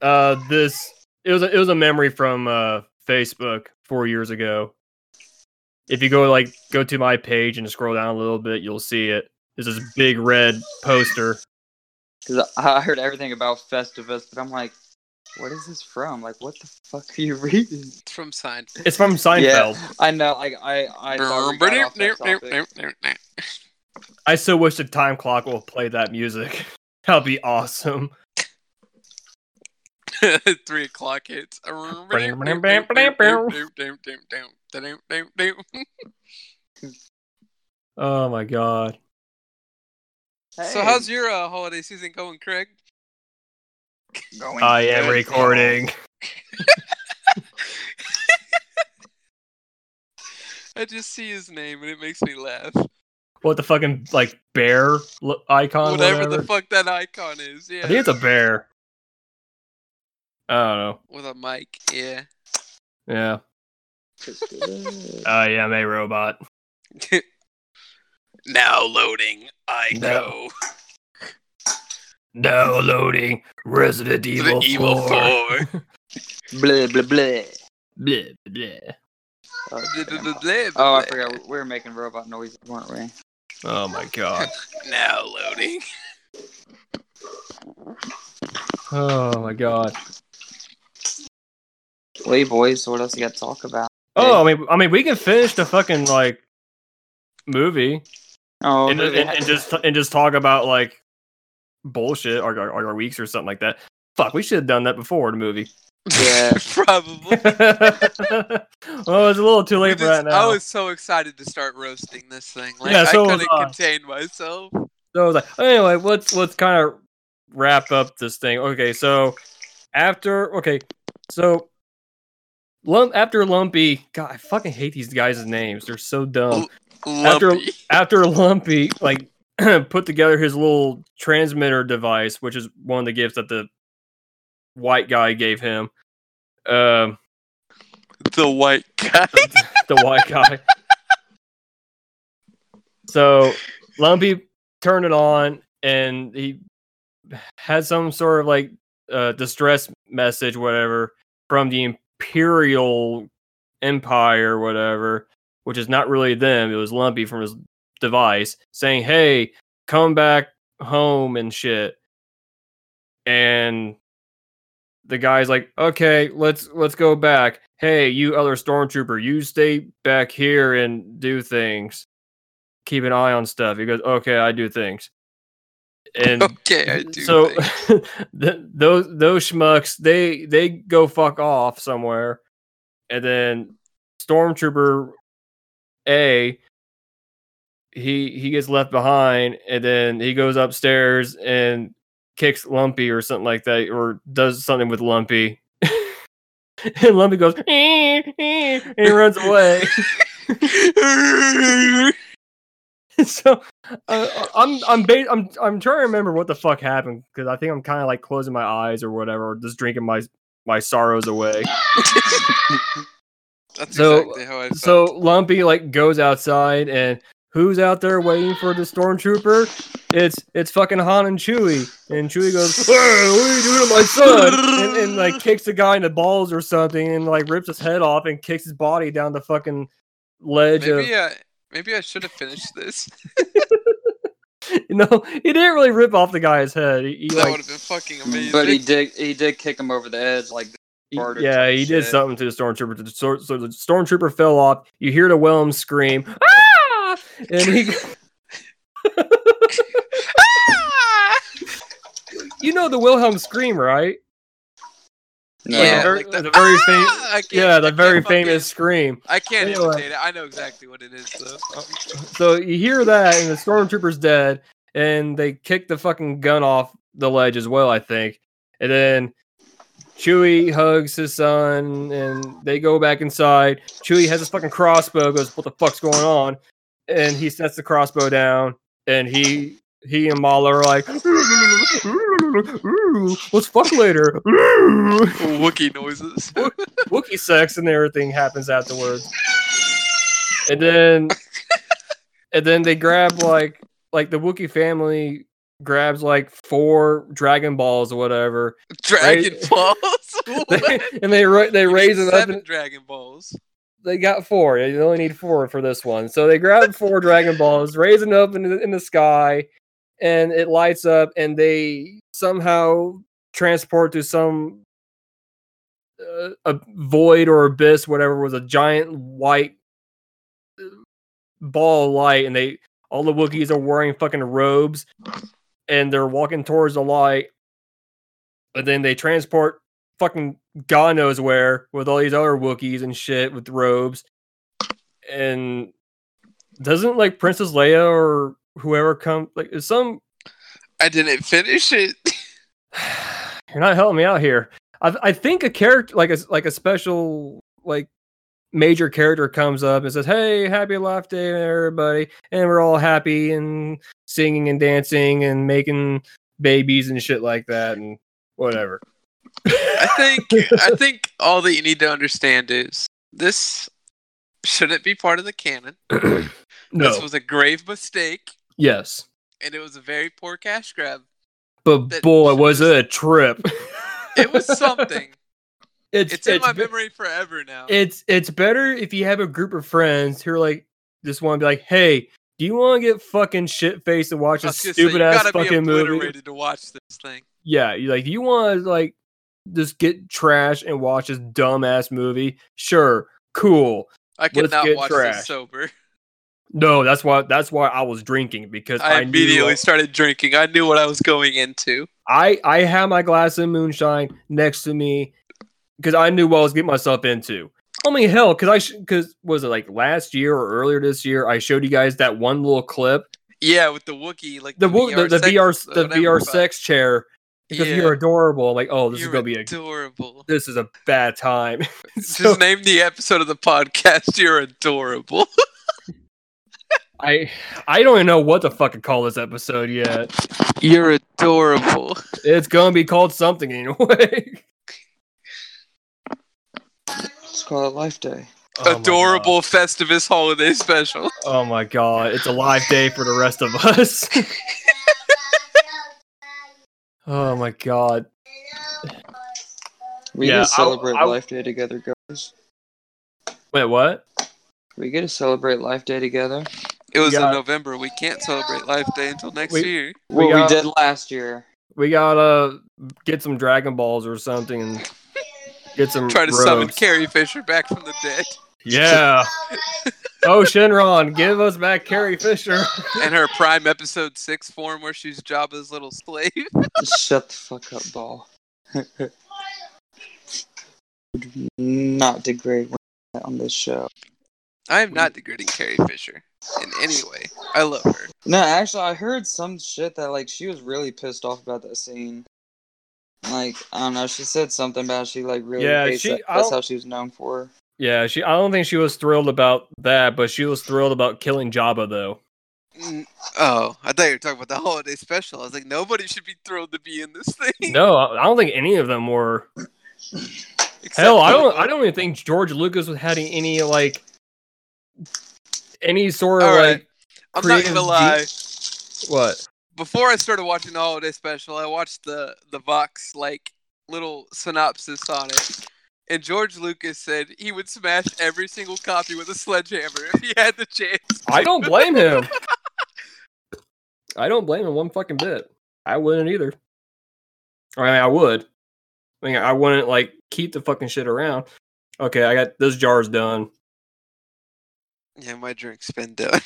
S2: uh, this it was a, it was a memory from uh, Facebook four years ago. If you go like go to my page and scroll down a little bit, you'll see it. There's this big red poster.
S3: Because I I heard everything about Festivus, but I'm like, what is this from? Like, what the fuck are you reading?
S1: It's from Seinfeld.
S2: It's from Seinfeld.
S3: I know. Like, I, I. thought we got off that topic.
S2: I so wish the time clock will play that music. That'd be awesome.
S1: Three o'clock hits.
S2: Oh my god.
S1: So how's your uh, holiday season going, Craig?
S3: going?
S2: I am recording.
S1: I just see his name and it makes me laugh.
S2: What the fucking like bear lo- icon?
S1: whatever,
S2: Oh, Whatever,
S1: the fuck that icon is, yeah.
S2: I think it's a bear. I don't know.
S1: With a mic, yeah.
S2: Yeah. I am a robot.
S1: Now loading, I
S2: No.
S1: go.
S2: Now loading Resident Evil,
S1: the evil
S2: 4.
S1: four.
S3: blah blah blah.
S2: Bleh, bleh.
S3: Oh,
S1: Blah, blah,
S3: damn.
S1: blah, blah,
S3: Oh, I
S1: blah.
S3: forgot. We were making robot noises, weren't we?
S2: Oh my god.
S1: Now loading.
S2: Oh my god.
S3: Well, hey, boys, so what else you got to talk about?
S2: Oh, I mean, I mean, we can finish the fucking like movie
S3: Oh,
S2: and, and, and just and just talk about like bullshit or or, or weeks or something like that. Fuck, we should have done that before the movie.
S3: yeah.
S1: Probably.
S2: well, it's a little too
S1: We
S2: late for
S1: just-
S2: that now.
S1: I was so excited to start roasting this thing. Like
S2: Yeah, so
S1: I
S2: was
S1: couldn't
S2: I.
S1: contain myself.
S2: So I was like, anyway, let's let's kind of wrap up this thing. Okay, so after okay, so lump after Lumpy, God, I fucking hate these guys' names. They're so dumb. After-
S1: Lumpy.
S2: After Lumpy, like put together his little transmitter device, which is one of the gifts that the white guy gave him. Um,
S1: the white guy.
S2: the white guy. So Lumpy turned it on and he had some sort of like uh, distress message, whatever, from the Imperial Empire, whatever, which is not really them. It was Lumpy from his device saying, Hey, come back home and shit. And the guy's like, okay, let's let's go back. Hey, you other stormtrooper, you stay back here and do things. Keep an eye on stuff. He goes, okay, I do things. And
S1: okay, I do.
S2: so
S1: think.
S2: th- those those schmucks, they they go fuck off somewhere, and then stormtrooper A, he he gets left behind, and then he goes upstairs and kicks Lumpy or something like that, or does something with Lumpy. And Lumpy goes, "Eh, eh," and he runs away. so uh, I'm I'm ba- I'm I'm trying to remember what the fuck happened because I think I'm kind of like closing my eyes or whatever, or just drinking my my sorrows away.
S1: That's
S2: So-
S1: exactly how I felt.
S2: So Lumpy like goes outside and who's out there waiting for the stormtrooper? It's it's fucking Han and Chewie. And Chewie goes, hey, "What are you doing to my son?" And, and like kicks the guy in the balls or something, and like rips his head off and kicks his body down the fucking ledge of
S1: maybe I, maybe I should have finished this.
S2: you know he didn't really rip off the guy's head. He, he,
S1: That
S2: like,
S1: would have been fucking amazing.
S3: But he did. He did kick him over the edge. Like
S2: He-
S3: barter
S2: Yeah,
S3: type
S2: he did
S3: shit.
S2: something to the stormtrooper. The stor- So the stormtrooper fell off. You hear the Whelm scream, ah! and he,
S1: Ah!
S2: you know, the Wilhelm scream, right?
S3: no.
S2: Yeah,
S1: Yeah,
S2: very-
S1: like the-
S2: the very fam-
S1: Ah! I can't-
S2: Yeah, the
S1: I can't
S2: very
S1: fucking-
S2: famous scream.
S1: I can't
S2: Anyway.
S1: imitate it. I know exactly what it is though. Oh,
S2: So you hear that, and the stormtrooper's dead, and they kick the fucking gun off the ledge as well, I think. And then Chewie hugs his son, and they go back inside. Chewie has his fucking crossbow, goes, "What the fuck's going on?" And he sets the crossbow down, and he he and Mala are like, "Let's fuck later."
S1: Wookie noises.
S2: Wookie sex and everything happens afterwards. And then and then they grab like like the Wookie family grabs like four Dragon Balls or whatever.
S1: Dragon
S2: Right.
S1: balls.
S2: They, and they ra- they raise it up
S1: seven
S2: and
S1: Dragon Balls.
S2: they got four. They only need four for this one. So they grab four Dragon Balls, raise them up in the, in the sky and it lights up and they somehow transport to some uh, a void or abyss, whatever, was a giant white uh, ball of light, and they all the Wookiees are wearing fucking robes, and they're walking towards the light, but then they transport fucking God knows where with all these other Wookiees and shit with robes, and doesn't like Princess Leia or whoever come like is some
S1: I didn't finish it.
S2: you're not helping me out here. I, I think a character like a like a special like major character comes up and says, "Hey, happy life day, everybody!" And we're all happy and singing and dancing and making babies and shit like that and whatever.
S1: I think I think all that you need to understand is this shouldn't be part of the canon. This
S2: no.
S1: was a grave mistake,
S2: Yes.
S1: and it was a very poor cash grab.
S2: But
S1: That-
S2: boy, was it a trip.
S1: It was something.
S2: it's,
S1: it's, in my
S2: be-
S1: memory forever now.
S2: It's it's better if you have a group of friends who are like just want to be like, hey, do you want to get fucking shit faced and watch
S1: I
S2: a
S1: was gonna say,
S2: stupid ass
S1: You gotta be
S2: fucking movie?
S1: obliterated to watch this thing.
S2: Yeah, you like, do you want to like just get trash and watch this dumbass movie? Sure, cool.
S1: I could
S2: Let's
S1: not
S2: get
S1: watch
S2: trashed.
S1: this sober.
S2: No, that's why that's why I was drinking because I,
S1: I, immediately
S2: Knew,
S1: started drinking. I knew what I was going into.
S2: I I had my glass of moonshine next to me because I knew what I was getting myself into. I mean, hell, because I because was it like last year or earlier this year? I showed you guys that one little clip
S1: Yeah, with the Wookiee, like
S2: the wo- the, the
S1: sex-
S2: VR the
S1: whatever,
S2: VR
S1: but-
S2: sex chair because
S1: yeah,
S2: you're adorable. I'm like, oh, this
S1: you're
S2: is gonna be a
S1: adorable.
S2: this is a bad time. so
S1: Just name the episode of the podcast. You're adorable.
S2: I I don't even know what the fuck to call this episode yet.
S1: You're adorable.
S2: It's gonna be called something anyway.
S3: Let's call it Life Day.
S2: Oh my
S1: adorable Festivus holiday special.
S2: God. Oh my god, it's a live day for the rest of us. oh my god.
S3: We get
S2: Yeah,
S3: to
S2: I'll-
S3: celebrate
S2: I'll-
S3: Life Day together, guys.
S2: Wait, what?
S3: We get to celebrate Life Day together.
S1: It was
S2: Yeah.
S1: in November. We can't celebrate Life Day until next
S2: We-
S1: year.
S3: What
S2: We
S3: we,
S2: got-
S3: did last year.
S2: We gotta get some Dragon Balls or something and get some
S1: Try to summon
S2: robes.
S1: Carrie Fisher back from the dead
S2: Yeah. oh Shenron, give us back Carrie Fisher.
S1: and her prime episode six form where she's Jabba's little slave.
S3: Shut the fuck up, ball. Not degrade women on this show.
S1: I am not degrading Carrie Fisher in any way. I love her.
S3: No, actually, I heard some shit that like she was really pissed off about that scene. Like I don't know, she said something about she like really
S2: Yeah,
S3: hates
S2: she-
S3: that.
S2: I
S3: That's
S2: don't-
S3: how she was known for.
S2: Yeah, she. I don't think she was thrilled about that, but she was thrilled about killing Jabba, though.
S1: Mm, Oh, I thought you were talking about the holiday special. I was like, nobody should be thrilled to be in this thing.
S2: No, I I don't think any of them were.
S1: Except
S2: Hell, I
S1: for-
S2: don't. I don't even think George Lucas was having any like any sort of
S1: All right,
S2: like
S1: I'm not
S2: creative
S1: gonna lie.
S2: what.
S1: Before I started watching the holiday special, I watched the the Vox like little synopsis on it, and George Lucas said he would smash every single copy with a sledgehammer if he had the chance.
S2: I don't blame him. I don't blame him one fucking bit. I wouldn't either. I mean, I would. I mean, I wouldn't like keep the fucking shit around. Okay, I got those jars done.
S1: Yeah, my drink's been done.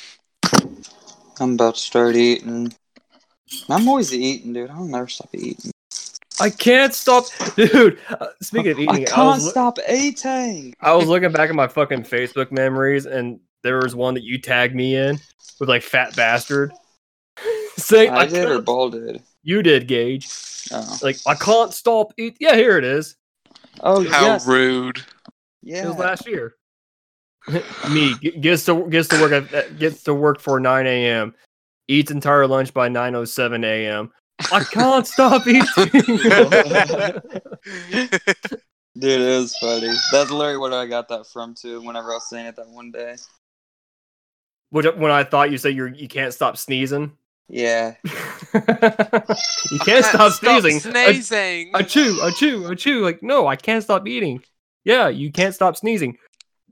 S3: I'm about to start eating. I'm always eating, dude. I'll never stop eating.
S2: I can't stop, dude. uh, speaking of
S3: I
S2: eating, I,
S3: can't
S2: was, loo-
S3: stop eating.
S2: I was looking back at my fucking Facebook memories, and there was one that you tagged me in with like fat bastard. Saying
S3: I did or
S2: can't-
S3: Ball did.
S2: you did, Gage.
S3: Oh,
S2: Like I can't stop eat. Yeah, here it is.
S3: oh
S1: How
S3: yes,
S1: rude!
S2: It
S3: yeah.
S2: was last year. me g- gets to gets to work at- at gets to work for 9 a.m. Eats entire lunch by 9:07 a.m. I can't stop eating.
S3: Dude, it was funny. That's literally what I got that from too. Whenever I was saying it that one day.
S2: Which when I thought you said you you can't stop sneezing.
S3: Yeah.
S2: you can't stop sneezing. I
S1: Sneezing.
S2: I chew, I chew, I chew. Like, no, I can't stop eating. Yeah, you can't stop sneezing.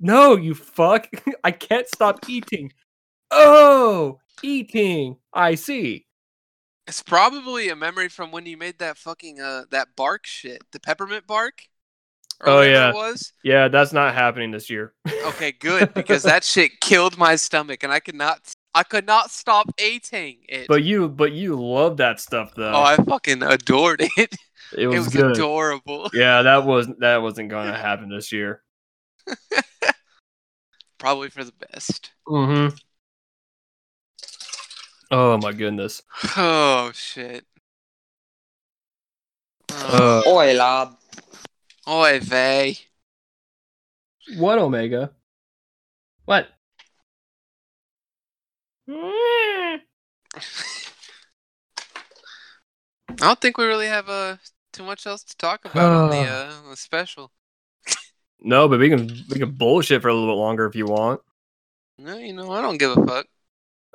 S2: No, you fuck. I can't stop eating. Oh, eating. I see.
S1: It's probably a memory from when you made that fucking uh that bark shit, the peppermint bark. or
S2: Oh,
S1: whatever
S2: yeah.
S1: it was.
S2: Yeah, that's not happening this year.
S1: Okay, good because that shit killed my stomach, and I could not, I could not stop eating it.
S2: But you, but you love that stuff though.
S1: oh, I fucking adored it. It
S2: it
S1: was,
S2: was, good.
S1: adorable.
S2: yeah, that was that wasn't going to happen this year.
S1: Probably for the best.
S2: Mm-hmm. Oh my goodness.
S1: Oh shit.
S2: Uh,
S3: Oi, Lob.
S1: Oy vey.
S2: what Omega? What?
S1: I don't think we really have uh, too much else to talk about on the, uh, on the special.
S2: No, but we can we can bullshit for a little bit longer if you want.
S1: No, you know, I don't give a fuck.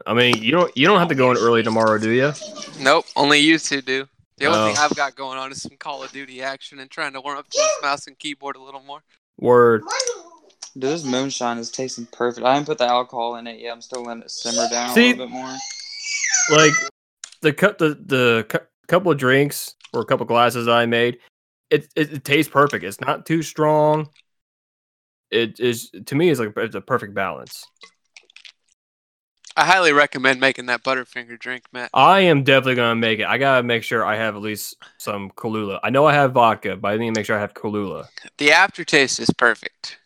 S2: I mean, you don't you don't have to go in early tomorrow, do you?
S1: Nope, only you two do. The only
S2: Oh.
S1: thing I've got going on is some Call of Duty action and trying to warm up to this mouse and keyboard a little more.
S2: Word.
S3: Dude, this moonshine is tasting perfect. I haven't put the alcohol in it yet. I'm still letting it simmer down
S2: See-
S3: a little bit more.
S2: Like the cup the the cu- couple of drinks or a couple glasses I made, it, it it tastes perfect. It's not too strong. It is to me it's like it's a perfect balance.
S1: I highly recommend making that Butterfinger drink, Matt.
S2: I am definitely gonna make it. I gotta make sure I have at least some Kahlua. I know I have vodka, but I need to make sure I have Kahlua.
S1: The aftertaste is perfect.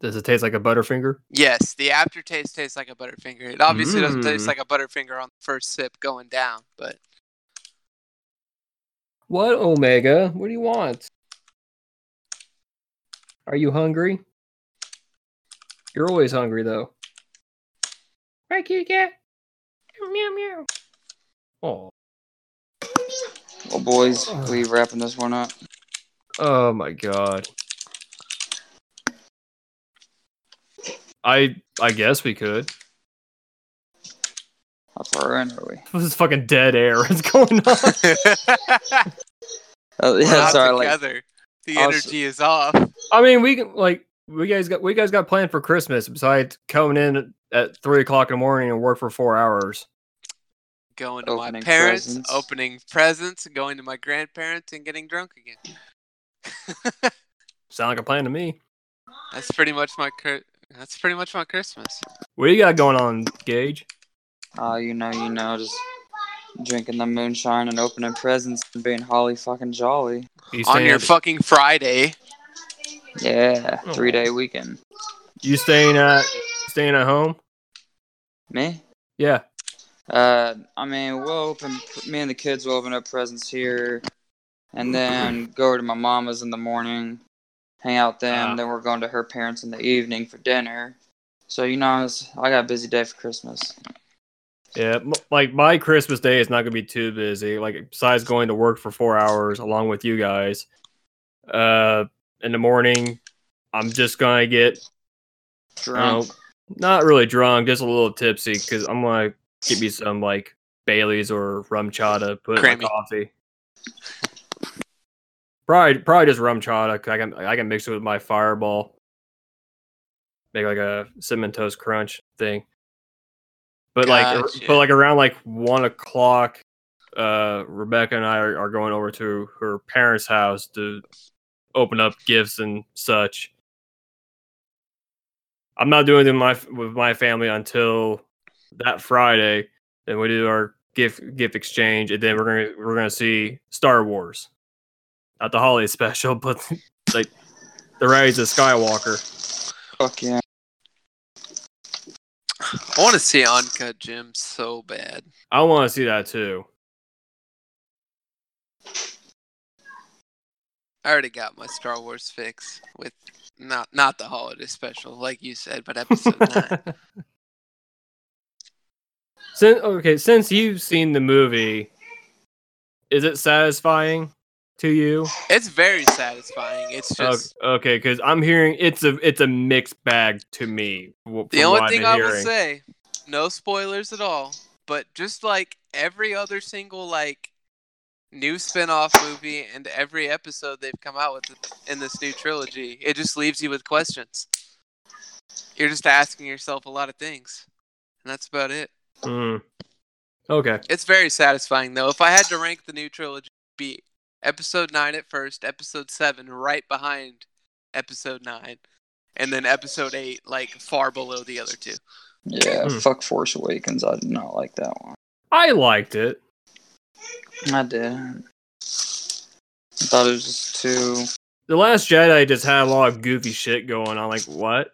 S2: Does it taste like a Butterfinger?
S1: Yes, the aftertaste tastes like a Butterfinger. It obviously doesn't taste
S2: Mm.
S1: like a Butterfinger on the first sip going down, but
S2: What Omega? What do you want? Are you hungry? You're always hungry though. Right, kitty cat. Meow meow. Oh,
S3: Well, Oh, boys, we wrapping this one up.
S2: oh my god. I I guess we could.
S3: How far in are we?
S2: This is fucking dead air. What's going on?
S3: Oh,
S1: We're
S3: yeah,
S1: not
S3: sorry. Like,
S1: together. the
S3: I'll s-
S1: energy is off.
S2: I mean, we can like we guys got we guys got planned for Christmas besides coming in at three o'clock in the morning and work for four hours.
S1: Going to my
S3: Opening
S1: parents,
S3: presents.
S1: opening presents, going to my grandparents, and getting drunk again.
S2: Sound like a plan to me.
S1: That's pretty much my cur- that's pretty much my Christmas.
S2: What do you got going on, Gage?
S3: oh, you know, you know, just drinking the moonshine and opening presents and being holly fucking jolly.
S2: You
S1: On your fucking Friday.
S3: Yeah,
S2: Oh.
S3: three day weekend.
S2: you staying at staying at home?
S3: Me?
S2: Yeah.
S3: Uh, I mean, we'll open. Me and the kids will open up presents here, and then go over to my mama's in the morning, hang out then.
S2: Ah.
S3: Then we're going to her parents in the evening for dinner. So you know, it's, I got a busy day for Christmas.
S2: Yeah, m- like my Christmas day is not gonna be too busy. Like besides going to work for four hours along with you guys, uh, in the morning, I'm just gonna get you know,
S3: Drunk.
S2: not really drunk, just a little tipsy because I'm gonna get me some like Bailey's or rum chata, put in
S1: Crammy.
S2: my coffee. Probably, probably just rum chata. 'cause I can, I can mix it with my Fireball. Make like a cinnamon toast crunch thing. But like,
S1: Gotcha.
S2: but like around like one o'clock, uh, Rebecca and I are, are going over to her parents' house to open up gifts and such. I'm not doing it in my with my family until that Friday. Then we do our gift gift exchange, and then we're gonna we're gonna see Star Wars, not the holiday special, but like the Rise of Skywalker.
S3: Fuck yeah.
S1: I want to see Uncut Jim so bad.
S2: I want to see that too.
S1: I already got my Star Wars fix with not not the holiday special, like you said, but episode nine.
S2: since okay, since you've seen the movie, is it satisfying to you?
S1: It's very satisfying. It's
S2: O-
S1: just
S2: okay, because I'm hearing it's a it's a mixed bag to me. wh-
S1: The
S2: from
S1: only
S2: what
S1: thing I
S2: I'm
S1: will
S2: hearing.
S1: say, no spoilers at all, but just like every other single like new spin-off movie and every episode they've come out with in this new trilogy, it just leaves you with questions. You're just asking yourself a lot of things. And that's about it.
S2: Mm. Okay.
S1: It's very satisfying though. If I had to rank the new trilogy, it'd be episode 9 at first, episode 7 right behind episode 9, and then episode 8 like far below the other two.
S3: Yeah,
S2: Hmm.
S3: fuck Force Awakens. I did not like that one.
S2: I liked it.
S3: I did. I thought it was just too
S2: The Last Jedi just had a lot of goofy shit going on. Like what?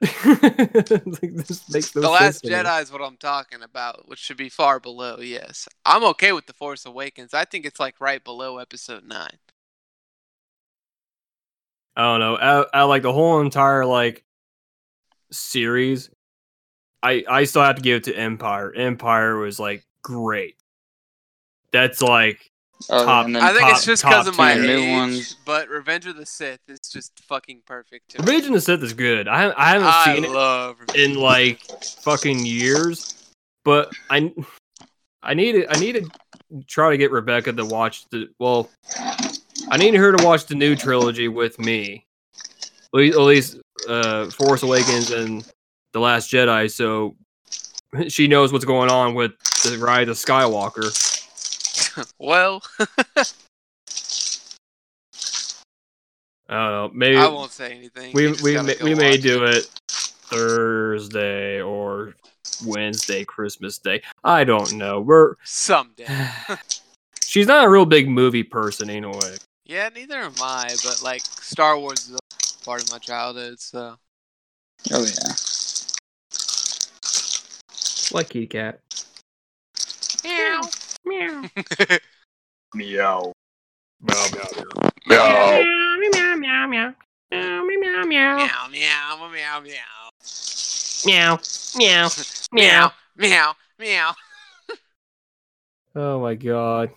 S2: like, this makes no
S1: the Last
S2: sense to me.
S1: Jedi is what I'm talking about, which should be far below. Yes, I'm okay with the Force Awakens. I think it's like right below Episode Nine.
S2: I don't know. Out, out like the whole entire like series, I I still have to give it to Empire. Empire was like great. That's like
S3: Oh,
S2: Top-
S3: and then
S1: I think
S2: top-
S1: it's just
S2: top
S1: because of my
S2: tier.
S3: New
S1: age,
S3: ones.
S1: but Revenge of the Sith is just fucking perfect. To me.
S2: Revenge of the Sith is good. I I haven't
S1: I
S2: seen it
S1: love Revenge.
S2: in like fucking years, but I I need to- I need to try to get Rebecca to watch the well. I need her to watch the new trilogy with me, at least, at least uh, Force Awakens and the Last Jedi, so she knows what's going on with the Rise of Skywalker.
S1: Well,
S2: I don't know. Maybe
S1: I won't say anything.
S2: we
S1: You just
S2: we
S1: gotta
S2: may,
S1: go
S2: we may
S1: watch
S2: do it Thursday or Wednesday, Christmas Day. I don't know. We're
S1: someday.
S2: she's not a real big movie person anyway.
S1: Yeah, neither am I. But like, Star Wars is a part of my childhood, so
S3: Oh yeah.
S2: Like kitty cat.
S1: meow,
S2: Meow.
S4: Meow.
S2: Meow meow
S4: Meow.
S2: meow meow meow meow meow meow meow
S1: meow, meow, meow, meow,
S2: meow meow
S1: meow, meow, meow.
S2: Oh my god.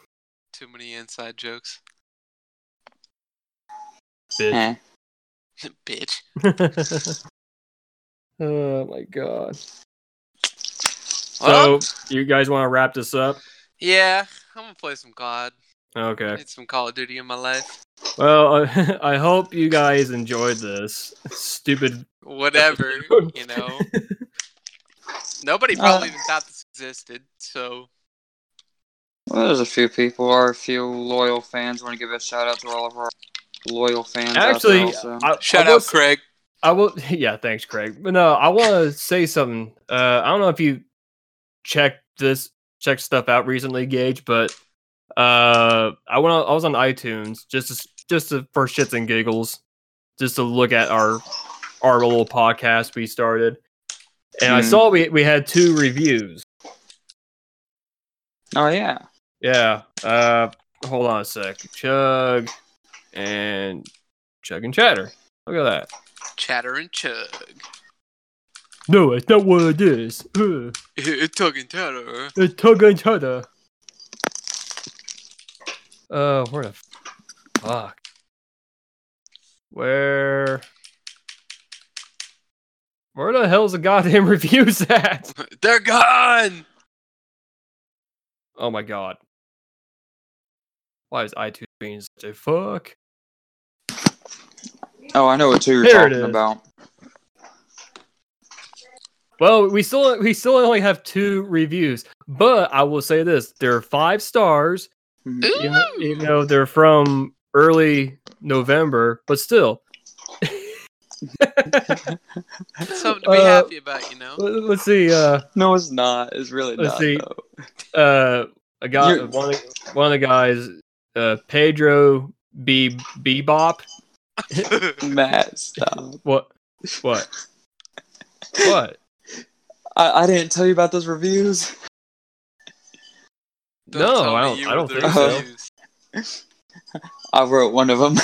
S1: Too many inside jokes,
S2: Bitch.
S3: Eh.
S1: bitch. Eh.
S2: oh my god.
S1: Well,
S2: So you guys want to wrap this up?
S1: yeah, I'm gonna play some COD.
S2: Okay.
S1: I need some Call of Duty in my life.
S2: Well, I, I hope you guys enjoyed this stupid.
S1: Whatever, you know. Nobody probably
S3: Uh.
S1: even thought this existed, so
S3: Well, there's a few people, or a few loyal fans. Want to give a shout out to all of our loyal fans.
S2: Actually,
S3: out there also.
S2: I,
S1: shout
S2: I
S1: out
S2: was-
S1: Craig.
S2: I will. Yeah, thanks, Craig. But no, I want to say something. Uh, I don't know if you checked this, checked stuff out recently, Gage, but uh, I went. On, I was on iTunes just to, s- just to, for shits and giggles, just to look at our our little podcast we started, and I
S3: Mhm.
S2: saw we we had two reviews.
S3: oh yeah.
S2: Yeah. Uh, hold on a sec. Chug and chug and chatter. Look at that.
S1: Chatter and chug.
S2: No, it's not what it is. Ugh.
S1: Tug and chatter.
S2: It's tug and chatter. Uh, where the fuck? Where? Where the hell's the goddamn reviews at?
S1: They're gone.
S2: Oh my god. Why is iTunes being such a fuck?
S3: Oh, I know what two you're
S2: There it
S3: talking
S2: is.
S3: about.
S2: Well, we still we still only have two reviews, but I will say this: there are five stars.
S3: Mhm.
S2: You
S1: Ooh.
S2: know, you know they're from early November, but still,
S1: Something to be
S2: Uh,
S1: happy about, you know.
S2: let- let's see. Uh,
S3: No, it's not. It's really
S2: Let's
S3: not.
S2: see.
S3: though.
S2: uh, a guy,
S3: You're-
S2: one of, the, one of the guys, uh, Pedro B Bebop. uh,
S3: Matt, stop.
S2: What? What? What?
S3: I, I didn't tell you about those reviews.
S2: No,
S1: tell
S2: I
S1: me
S2: don't-
S1: you
S2: I
S1: were
S2: don't
S1: the
S2: think
S3: so.
S1: reviews.
S3: I wrote one of them,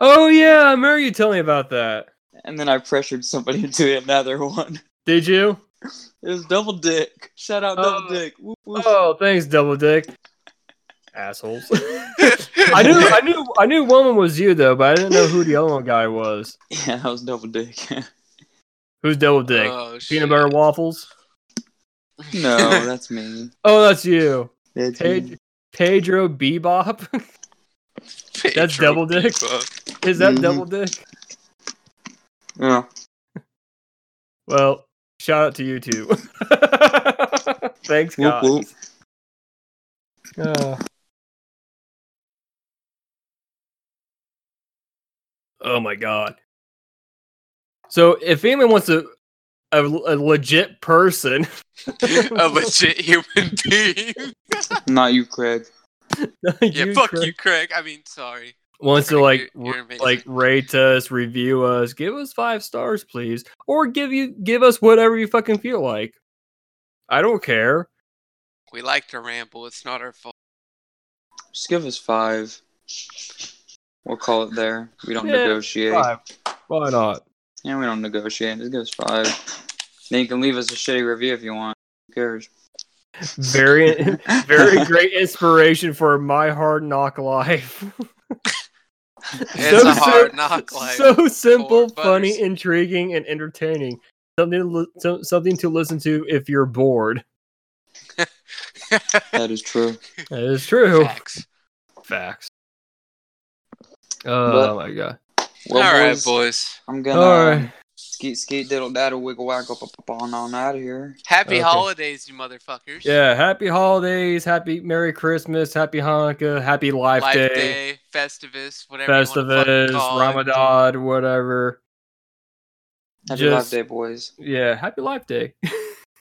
S2: Oh yeah, I remember you telling me about that.
S3: and then I pressured somebody into another one.
S2: Did you?
S3: It was double dick. Shout out double
S2: Oh.
S3: dick. Whoop, whoop.
S2: Oh, thanks, Double Dick. Assholes. I knew, I knew, I knew one one was you though, but I didn't know who the other one guy was.
S3: Yeah, I was double dick.
S2: Who's Double Dick?
S1: Oh, shit.
S2: Peanut butter waffles.
S3: no, that's me.
S2: Oh, that's you,
S3: That's me.
S1: Mm.
S2: Ped- Pedro Bebop. That's
S1: Pedro
S2: double dick?
S1: Bebop.
S2: Is that
S3: Mhm.
S2: Double Dick?
S3: Yeah.
S2: Well, shout out to you too. Thanks,
S3: Whoop,
S2: guys.
S3: whoop.
S2: Uh. Oh my god. So if anyone wants a a, a legit person,
S1: A legit human being.
S3: Not you, Craig.
S1: yeah,
S2: you
S1: fuck
S2: Craig-
S1: you, Craig. I mean, sorry.
S2: wants to
S1: You're
S2: like
S1: amazing.
S2: r- like rate us, review us, give us five stars, please, or give you give us whatever you fucking feel like. I don't care.
S1: We like to ramble. It's not our fault.
S3: Just give us five. We'll call it there. We don't
S2: Yeah,
S3: negotiate.
S2: Five. Why not?
S3: Yeah, we don't negotiate. Just give us five. Then you can leave us a shitty review if you want. Who cares?
S2: Very very great inspiration for my hard knock life.
S1: It's
S2: So
S1: a hard
S2: sim-
S1: knock life.
S2: So simple, funny,
S1: butters.
S2: intriguing, and entertaining. Something to li- so- something to listen to if you're bored.
S3: That is true.
S2: That is true.
S1: Facts.
S2: Facts.
S3: But-
S2: Oh my god.
S3: Well,
S1: All right,
S3: boys,
S1: boys.
S3: I'm gonna um,
S2: All right.
S3: skeet skeet diddle daddle wiggle waggle pop pop on on out of here.
S1: Happy
S2: Okay.
S1: holidays, you motherfuckers.
S2: Yeah. Happy holidays. Happy Merry Christmas. Happy Hanukkah. Happy Life,
S1: Life
S2: Day.
S1: Day, Festivus, whatever. you wanna
S2: Festivus.
S1: fucking call it.
S2: Ramadan. Whatever.
S3: Happy
S2: Just-
S3: life day, boys.
S2: Yeah. Happy Life Day.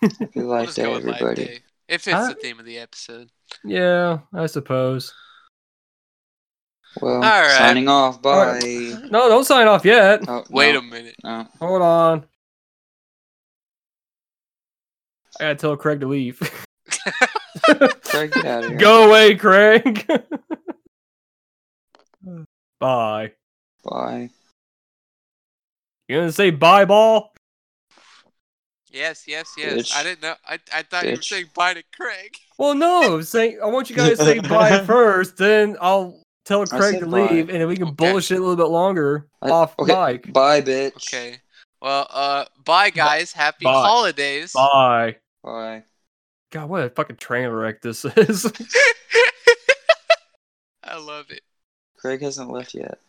S3: Happy
S1: We'll
S3: life
S1: just
S3: day,
S1: go with Life
S3: everybody.
S1: Day. If it's
S2: Huh?
S1: the theme of the episode.
S2: yeah. I suppose.
S3: Well,
S1: right.
S3: signing off. Bye.
S2: All right. No, don't sign off yet.
S3: Oh,
S1: Wait
S3: no,
S1: a minute.
S3: no.
S2: Hold on. I gotta tell Craig to leave.
S3: Craig, get out of here.
S2: Go away, Craig. bye.
S3: Bye.
S2: You gonna say bye, ball?
S1: Yes, yes, yes. I
S3: Bitch.
S1: didn't know. I, I thought you were
S3: Bitch.
S1: saying bye to Craig.
S2: Well, no. Say I want you guys to say bye first, then I'll tell Craig
S3: said
S2: to
S3: bye.
S2: leave, and then we can
S1: Okay.
S2: bullshit a little bit longer
S3: I-
S2: off
S3: okay.
S2: mic.
S3: Bye, bitch.
S1: Okay. Well, uh, bye, guys. Happy
S2: Bye.
S1: holidays.
S2: Bye.
S3: Bye.
S2: God, what a fucking train wreck this is.
S1: I love it.
S3: Craig hasn't left yet.